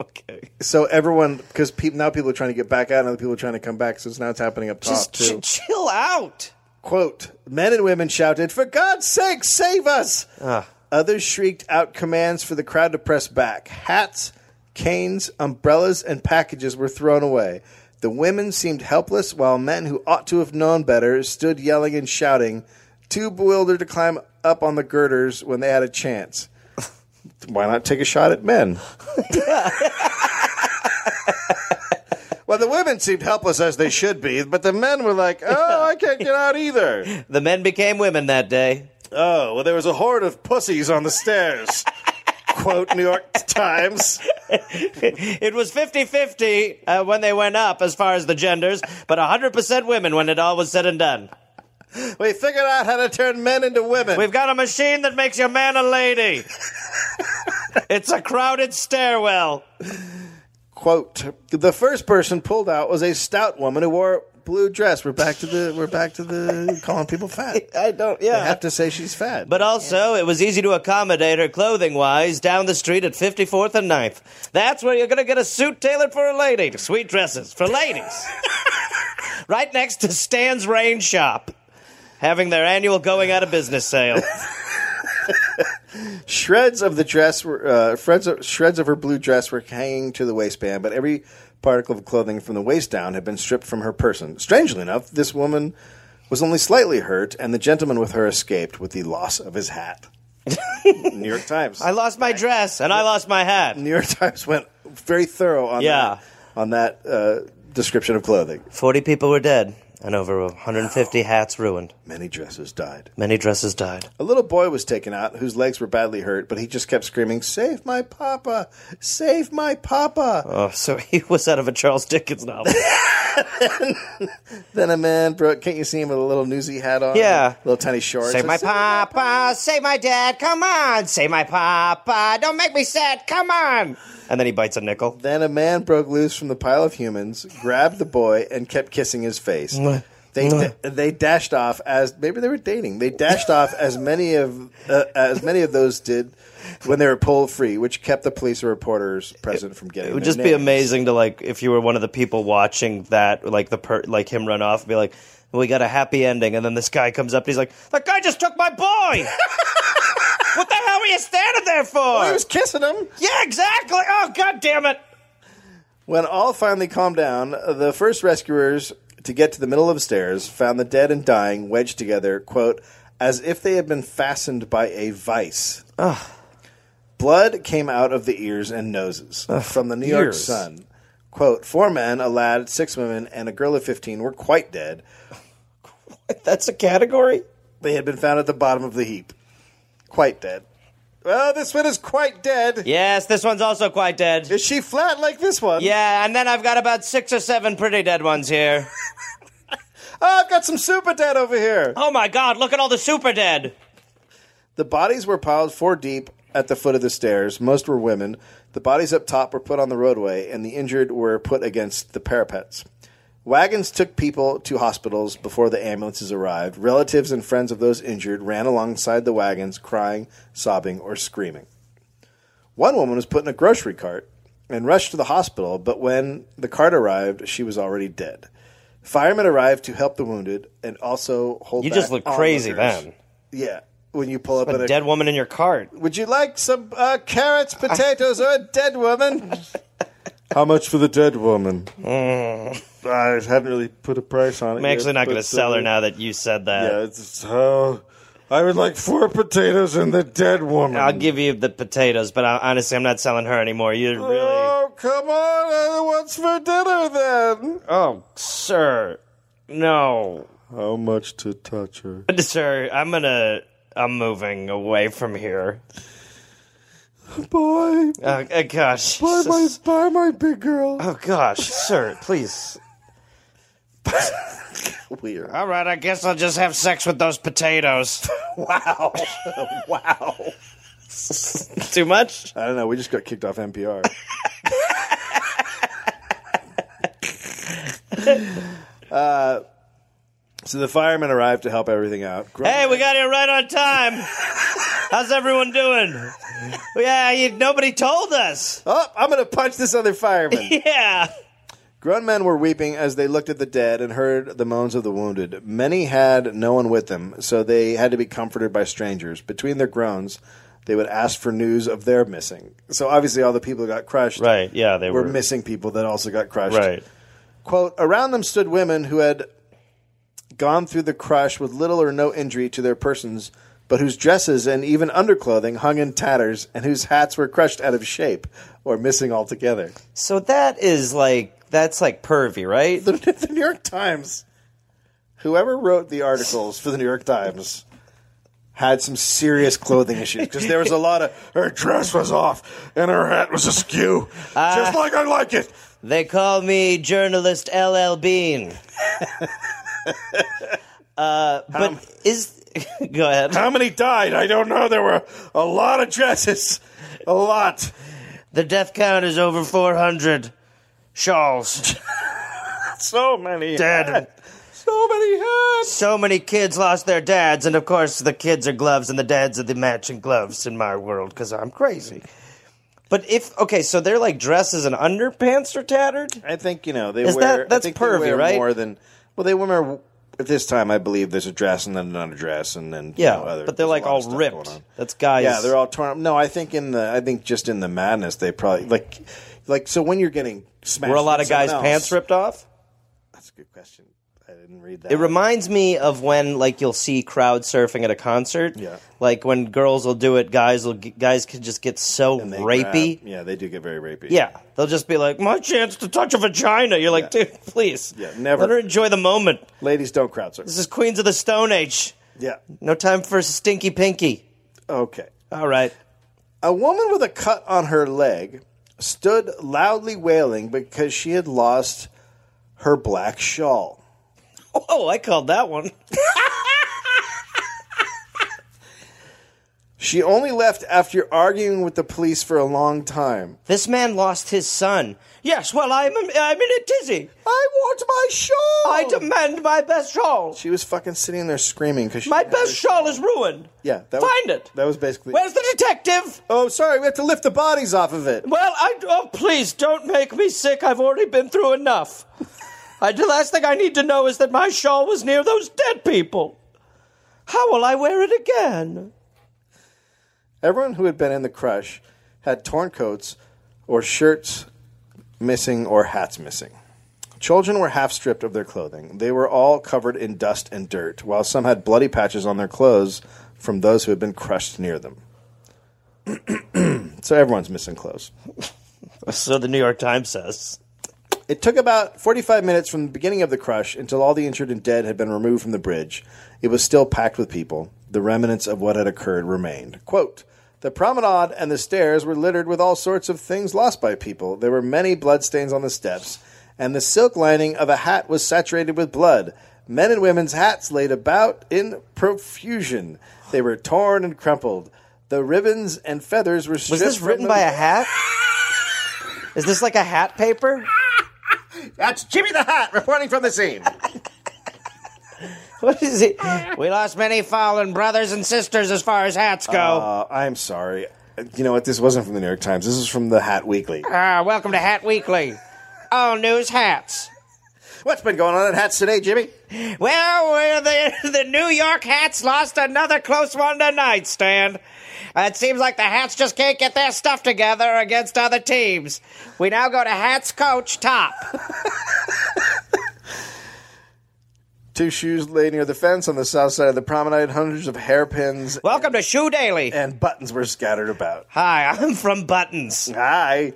[SPEAKER 2] okay.
[SPEAKER 1] So everyone, because pe- now people are trying to get back out, and other people are trying to come back. So it's now it's happening up top
[SPEAKER 2] Just
[SPEAKER 1] too.
[SPEAKER 2] ch- chill out.
[SPEAKER 1] Quote: Men and women shouted, "For God's sake, save us!"
[SPEAKER 2] Ah.
[SPEAKER 1] Others shrieked out commands for the crowd to press back. Hats, canes, umbrellas, and packages were thrown away. The women seemed helpless, while men who ought to have known better stood yelling and shouting, too bewildered to climb up on the girders when they had a chance. Why not take a shot at men? well, the women seemed helpless as they should be, but the men were like, oh, I can't get out either.
[SPEAKER 2] The men became women that day.
[SPEAKER 1] Oh, well, there was a horde of pussies on the stairs. Quote New York Times.
[SPEAKER 2] It was 50 50 uh, when they went up as far as the genders, but 100% women when it all was said and done.
[SPEAKER 1] We figured out how to turn men into women.
[SPEAKER 2] We've got a machine that makes your man a lady. it's a crowded stairwell.
[SPEAKER 1] Quote: The first person pulled out was a stout woman who wore a blue dress. We're back to the. We're back to the calling people fat.
[SPEAKER 2] I don't,
[SPEAKER 1] I have to say she's fat.
[SPEAKER 2] But also, it was easy to accommodate her clothing wise down the street at 54th and 9th. That's where you're going to get a suit tailored for a lady, sweet dresses for ladies. right next to Stan's Rain Shop, having their annual going out of business sale.
[SPEAKER 1] shreds of the dress were uh, shreds, of, shreds of her blue dress were hanging to the waistband, but every particle of clothing from the waist down had been stripped from her person. Strangely enough, this woman was only slightly hurt, and the gentleman with her escaped with the loss of his hat. New York Times.
[SPEAKER 2] I lost my dress and I lost my hat.
[SPEAKER 1] New York Times went very thorough on
[SPEAKER 2] Yeah.
[SPEAKER 1] that, on that uh, description of clothing.
[SPEAKER 2] 40 people were dead and over 150 hats ruined.
[SPEAKER 1] Many dresses died.
[SPEAKER 2] Many dresses died.
[SPEAKER 1] A little boy was taken out whose legs were badly hurt, but he just kept screaming, "Save my papa! Save my papa!"
[SPEAKER 2] Oh, so he was out of a Charles Dickens novel.
[SPEAKER 1] Then a man broke. Can't you see him with a little newsy hat on?
[SPEAKER 2] Yeah.
[SPEAKER 1] little tiny shorts.
[SPEAKER 2] Say my papa, say my dad, come on, say my papa, don't make me sad, come on. And then he bites a nickel.
[SPEAKER 1] Then a man broke loose from the pile of humans, grabbed the boy, and kept kissing his face. They they dashed off as maybe they were dating. They dashed off as many of uh, as many of those did when they were pulled free, which kept the police and reporters present from getting.
[SPEAKER 2] It would just be amazing to like if you were one of the people watching that, like the per- like him run off, and be like, "We got a happy ending," and then this guy comes up and he's like, "That guy just took my boy." What the hell were you standing there for?
[SPEAKER 1] He was kissing them.
[SPEAKER 2] yeah, exactly. Oh, god damn it!
[SPEAKER 1] When all finally calmed down, the first rescuers to get to the middle of the stairs found the dead and dying wedged together, quote, as if they had been fastened by a vice. Blood came out of the ears and noses from the New York
[SPEAKER 2] ears.
[SPEAKER 1] Sun. Quote, four men, a lad, six women, and a girl of 15 were quite dead.
[SPEAKER 2] That's a category.
[SPEAKER 1] They had been found at the bottom of the heap. Quite dead. Well, this one is quite dead.
[SPEAKER 2] Yes, this one's also quite dead.
[SPEAKER 1] Is she flat like this one?
[SPEAKER 2] Yeah, and then I've got about six or seven pretty dead ones here.
[SPEAKER 1] Oh, I've got some super dead over here.
[SPEAKER 2] Oh my god, look at all the super dead.
[SPEAKER 1] The bodies were piled four deep at the foot of the stairs. Most were women. The bodies up top were put on the roadway, and the injured were put against the parapets. Wagons took people to hospitals before the ambulances arrived. Relatives and friends of those injured ran alongside the wagons, crying, sobbing, or screaming. One woman was put in a grocery cart and rushed to the hospital, but when the cart arrived, she was already dead. Firemen arrived to help the wounded and also hold.
[SPEAKER 2] You just
[SPEAKER 1] back
[SPEAKER 2] look crazy
[SPEAKER 1] onlookers.
[SPEAKER 2] then.
[SPEAKER 1] Yeah, when you pull up in
[SPEAKER 2] A
[SPEAKER 1] a
[SPEAKER 2] dead woman in your cart.
[SPEAKER 1] would you like some uh, carrots, potatoes, or a dead woman? How much for the dead woman? I haven't really put a price on it.
[SPEAKER 2] I'm actually not going to sell her now that you said that.
[SPEAKER 1] so I would like four potatoes and the dead woman.
[SPEAKER 2] I'll give you the potatoes, but I, honestly, I'm not selling her anymore. You're really,
[SPEAKER 1] Oh come on! What's for dinner then?
[SPEAKER 2] oh, sir, no,
[SPEAKER 1] How much to touch her?
[SPEAKER 2] sir, I'm gonna, I'm moving away from here.
[SPEAKER 1] Boy,
[SPEAKER 2] Oh, uh, gosh,
[SPEAKER 1] buy my,
[SPEAKER 2] Jesus.
[SPEAKER 1] buy my big girl.
[SPEAKER 2] oh gosh, sir, please.
[SPEAKER 1] Weird.
[SPEAKER 2] All right, I guess I'll just have sex with those potatoes.
[SPEAKER 1] Wow, wow.
[SPEAKER 2] Too much?
[SPEAKER 1] I don't know. We just got kicked off NPR. Uh, so the firemen arrived to help everything out. Gro-
[SPEAKER 2] Hey, we got here right on time. How's everyone doing? Yeah, you, nobody told us.
[SPEAKER 1] Oh, I'm going to punch this other fireman.
[SPEAKER 2] Yeah.
[SPEAKER 1] Grown men were weeping as they looked at the dead and heard the moans of the wounded. Many had no one with them, so they had to be comforted by strangers. Between their groans, they would ask for news of their missing. So obviously, all the people who got crushed
[SPEAKER 2] Right. Yeah, they
[SPEAKER 1] were
[SPEAKER 2] were
[SPEAKER 1] missing people that also got crushed.
[SPEAKER 2] Right.
[SPEAKER 1] quote around them stood women who had gone through the crush with little or no injury to their persons but whose dresses and even underclothing hung in tatters and whose hats were crushed out of shape or missing altogether
[SPEAKER 2] So that is like that's like pervy, right?
[SPEAKER 1] the, the new york times whoever wrote the articles for the new york times had some serious clothing issues because there was a lot of her dress was off and her hat was askew just like i like it
[SPEAKER 2] They call me journalist LL Bean. uh, but is go ahead.
[SPEAKER 1] how many died i don't know there were a lot of dresses a lot
[SPEAKER 2] The death count is over 400 shawls
[SPEAKER 1] so many
[SPEAKER 2] dead.
[SPEAKER 1] So many hats.
[SPEAKER 2] So many kids lost their dads, and of course the kids are gloves, and the dads are the matching gloves in my world because I'm crazy. But if okay, so they're like dresses and underpants are tattered.
[SPEAKER 1] I think you know they
[SPEAKER 2] Is
[SPEAKER 1] wear.
[SPEAKER 2] that- that's
[SPEAKER 1] I think
[SPEAKER 2] pervy,
[SPEAKER 1] they wear
[SPEAKER 2] right?
[SPEAKER 1] More than well, they wear at this time. I believe there's a dress and then an underdress and then you
[SPEAKER 2] Yeah,
[SPEAKER 1] know, other,
[SPEAKER 2] but
[SPEAKER 1] there's
[SPEAKER 2] they're
[SPEAKER 1] a
[SPEAKER 2] like
[SPEAKER 1] lot of
[SPEAKER 2] all
[SPEAKER 1] stuff
[SPEAKER 2] ripped.
[SPEAKER 1] going on.
[SPEAKER 2] That's guys.
[SPEAKER 1] Yeah, they're all torn up. No, I think in the I think just in the madness they probably like like so when you're getting smashed.
[SPEAKER 2] Were a lot
[SPEAKER 1] with
[SPEAKER 2] of guys'
[SPEAKER 1] someone
[SPEAKER 2] pants
[SPEAKER 1] else-
[SPEAKER 2] ripped off?
[SPEAKER 1] That's a good question. I didn't read that.
[SPEAKER 2] It reminds me of when like you'll see crowd surfing at a concert.
[SPEAKER 1] Yeah.
[SPEAKER 2] Like when girls will do it, guys will guys can just get so
[SPEAKER 1] They
[SPEAKER 2] rapey.
[SPEAKER 1] grab- yeah, they do get very rapey.
[SPEAKER 2] Yeah. They'll just be like, "My chance to touch a vagina." You're like,
[SPEAKER 1] Yeah.
[SPEAKER 2] "Dude, please.
[SPEAKER 1] Yeah, never.
[SPEAKER 2] Let her enjoy the moment.
[SPEAKER 1] ladies don't crowd surf.
[SPEAKER 2] This is Queens of the Stone Age.
[SPEAKER 1] Yeah.
[SPEAKER 2] No time for stinky pinky."
[SPEAKER 1] Okay.
[SPEAKER 2] All right.
[SPEAKER 1] A woman with a cut on her leg stood loudly wailing because she had lost her black shawl.
[SPEAKER 2] Oh, I called that one.
[SPEAKER 1] She only left after arguing with the police for a long time.
[SPEAKER 2] This man lost his son. Yes, well, I'm, I'm in a tizzy.
[SPEAKER 1] I want my shawl.
[SPEAKER 2] I demand my best shawl.
[SPEAKER 1] She was fucking sitting there screaming because
[SPEAKER 2] My best shawl is ruined.
[SPEAKER 1] Yeah, that was,
[SPEAKER 2] Find it.
[SPEAKER 1] That was basically.
[SPEAKER 2] Where's the detective?
[SPEAKER 1] oh, sorry, we have to lift the bodies off of it.
[SPEAKER 2] Well, I. Oh, please don't make me sick. I've already been through enough. I, the last thing I need to know is that my shawl was near those dead people. How will I wear it again?
[SPEAKER 1] Everyone who had been in the crush had torn coats or shirts missing or hats missing. Children were half stripped of their clothing. They were all covered in dust and dirt, while some had bloody patches on their clothes from those who had been crushed near them. so everyone's missing clothes.
[SPEAKER 2] So the New York Times says.
[SPEAKER 1] It took about 45 minutes from the beginning of the crush until all the injured and dead had been removed from the bridge. It was still packed with people. The remnants of what had occurred remained. Quote, the promenade and the stairs were littered with all sorts of things lost by people. There were many bloodstains on the steps, and the silk lining of a hat was saturated with blood. Men and women's hats laid about in profusion. They were torn and crumpled. The ribbons and feathers were
[SPEAKER 2] Was this written by a hat? Is this like a hat paper?
[SPEAKER 7] That's Jimmy the Hat reporting from the scene.
[SPEAKER 2] What is it? We lost many fallen brothers and sisters as far as hats go.
[SPEAKER 1] Uh, I'm sorry. You know what? This wasn't from the New York Times. This is from the Hat Weekly.
[SPEAKER 2] Ah, welcome to Hat Weekly. All news hats.
[SPEAKER 1] What's been going on at Hats today, Jimmy?
[SPEAKER 2] Well, we're the, the New York Hats lost another close one tonight, Stan. Uh, It seems like the Hats just can't get their stuff together against other teams. We now go to Hats coach Top.
[SPEAKER 1] Two shoes lay near the fence on the south side of the promenade. Hundreds of hairpins
[SPEAKER 2] Welcome to Shoe Daily.
[SPEAKER 1] and buttons were scattered about.
[SPEAKER 2] Hi, I'm from Buttons.
[SPEAKER 1] Hi.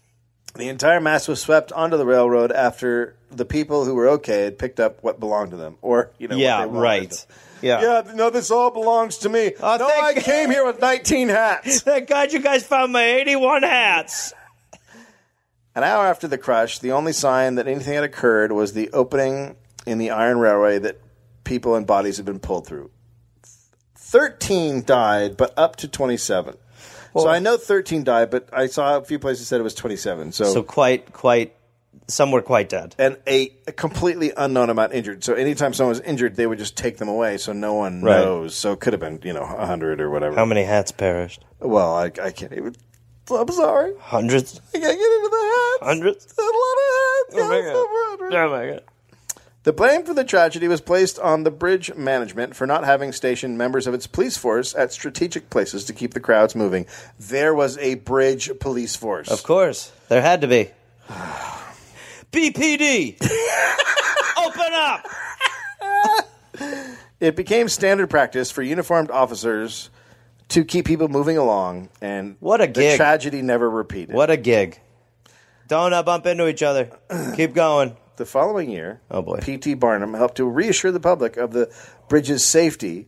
[SPEAKER 1] the entire mass was swept onto the railroad after the people who were okay had picked up what belonged to them, or you know, what they wanted. Yeah, no, this all belongs to me.
[SPEAKER 2] Oh,
[SPEAKER 1] no, I
[SPEAKER 2] thank-
[SPEAKER 1] came here with 19 hats.
[SPEAKER 2] Thank God you guys found my 81 hats.
[SPEAKER 1] An hour after the crush, the only sign that anything had occurred was the opening in the iron railway that people and bodies had been pulled through. Thirteen died, but up to twenty-seven. so I know thirteen died, but I saw a few places said it was twenty-seven. So,
[SPEAKER 2] quite, quite, some were quite dead.
[SPEAKER 1] and a, a completely unknown amount injured. So anytime someone was injured, they would just take them away, so no one
[SPEAKER 2] Right.
[SPEAKER 1] knows. So it could have been you know hundred or whatever.
[SPEAKER 2] How many hats perished?
[SPEAKER 1] well, I, I can't even. I'm sorry.
[SPEAKER 2] Hundreds?
[SPEAKER 1] I can't get into the hats.
[SPEAKER 2] Hundreds? Oh
[SPEAKER 1] There's a lot of hats.
[SPEAKER 2] my
[SPEAKER 1] guys,
[SPEAKER 2] God.
[SPEAKER 1] over 100.
[SPEAKER 2] Oh my god.
[SPEAKER 1] The blame for the tragedy was placed on the bridge management for not having stationed members of its police force at strategic places to keep the crowds moving. There was a bridge police force.
[SPEAKER 2] Of course. There had to be. BPD! Open up!
[SPEAKER 1] It became standard practice for uniformed officers to keep people moving along, and
[SPEAKER 2] What a
[SPEAKER 1] the
[SPEAKER 2] gig.
[SPEAKER 1] tragedy never repeated.
[SPEAKER 2] What a gig. Don't uh, bump into each other. Keep going.
[SPEAKER 1] The following year,
[SPEAKER 2] Oh, boy.
[SPEAKER 1] P.T. Barnum helped to reassure the public of the bridge's safety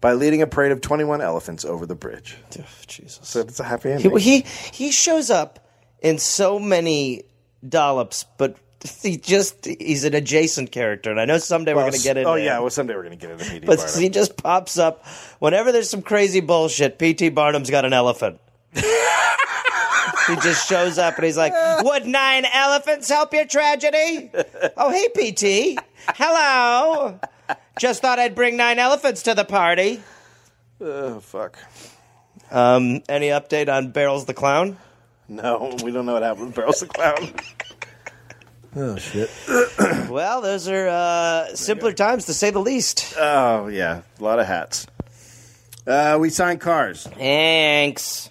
[SPEAKER 1] by leading a parade of 21 elephants over the bridge.
[SPEAKER 2] Oh, Jesus.
[SPEAKER 1] So it's a happy ending.
[SPEAKER 2] He, he he shows up in so many dollops, but he just he's an adjacent character, and I know someday we're gonna get into
[SPEAKER 1] Oh,
[SPEAKER 2] him.
[SPEAKER 1] yeah. Well, someday we're going to get into P.T.
[SPEAKER 2] But
[SPEAKER 1] Barnum.
[SPEAKER 2] he just pops up whenever there's some crazy bullshit. PT Barnum's got an elephant. he just shows up and he's like, "Would nine elephants help your tragedy?" oh, hey, PT. Hello. Just thought I'd bring nine elephants to the party.
[SPEAKER 1] oh, fuck.
[SPEAKER 2] Um, any update on Barrels the Clown?
[SPEAKER 1] No, we don't know what happened with Barrels the Clown.
[SPEAKER 2] Well, those are uh, simpler times to say the least.
[SPEAKER 1] oh, yeah. A lot of hats. Uh, we signed cars.
[SPEAKER 2] Thanks.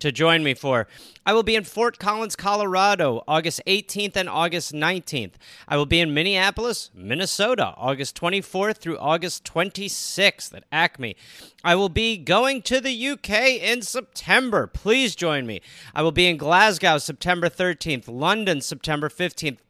[SPEAKER 2] to join me for. I will be in Fort Collins, Colorado, August 18th and August 19th. I will be in Minneapolis, Minnesota, August 24th through August 26th at Acme. I will be going to the UK in September. Please join me. I will be in Glasgow September 13th, London September 15th,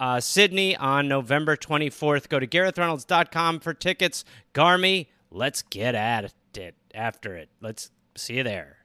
[SPEAKER 2] uh, Sydney on November 24th. Go to GarethReynolds.com for tickets. Garmy, let's get at it after it. Let's see you there.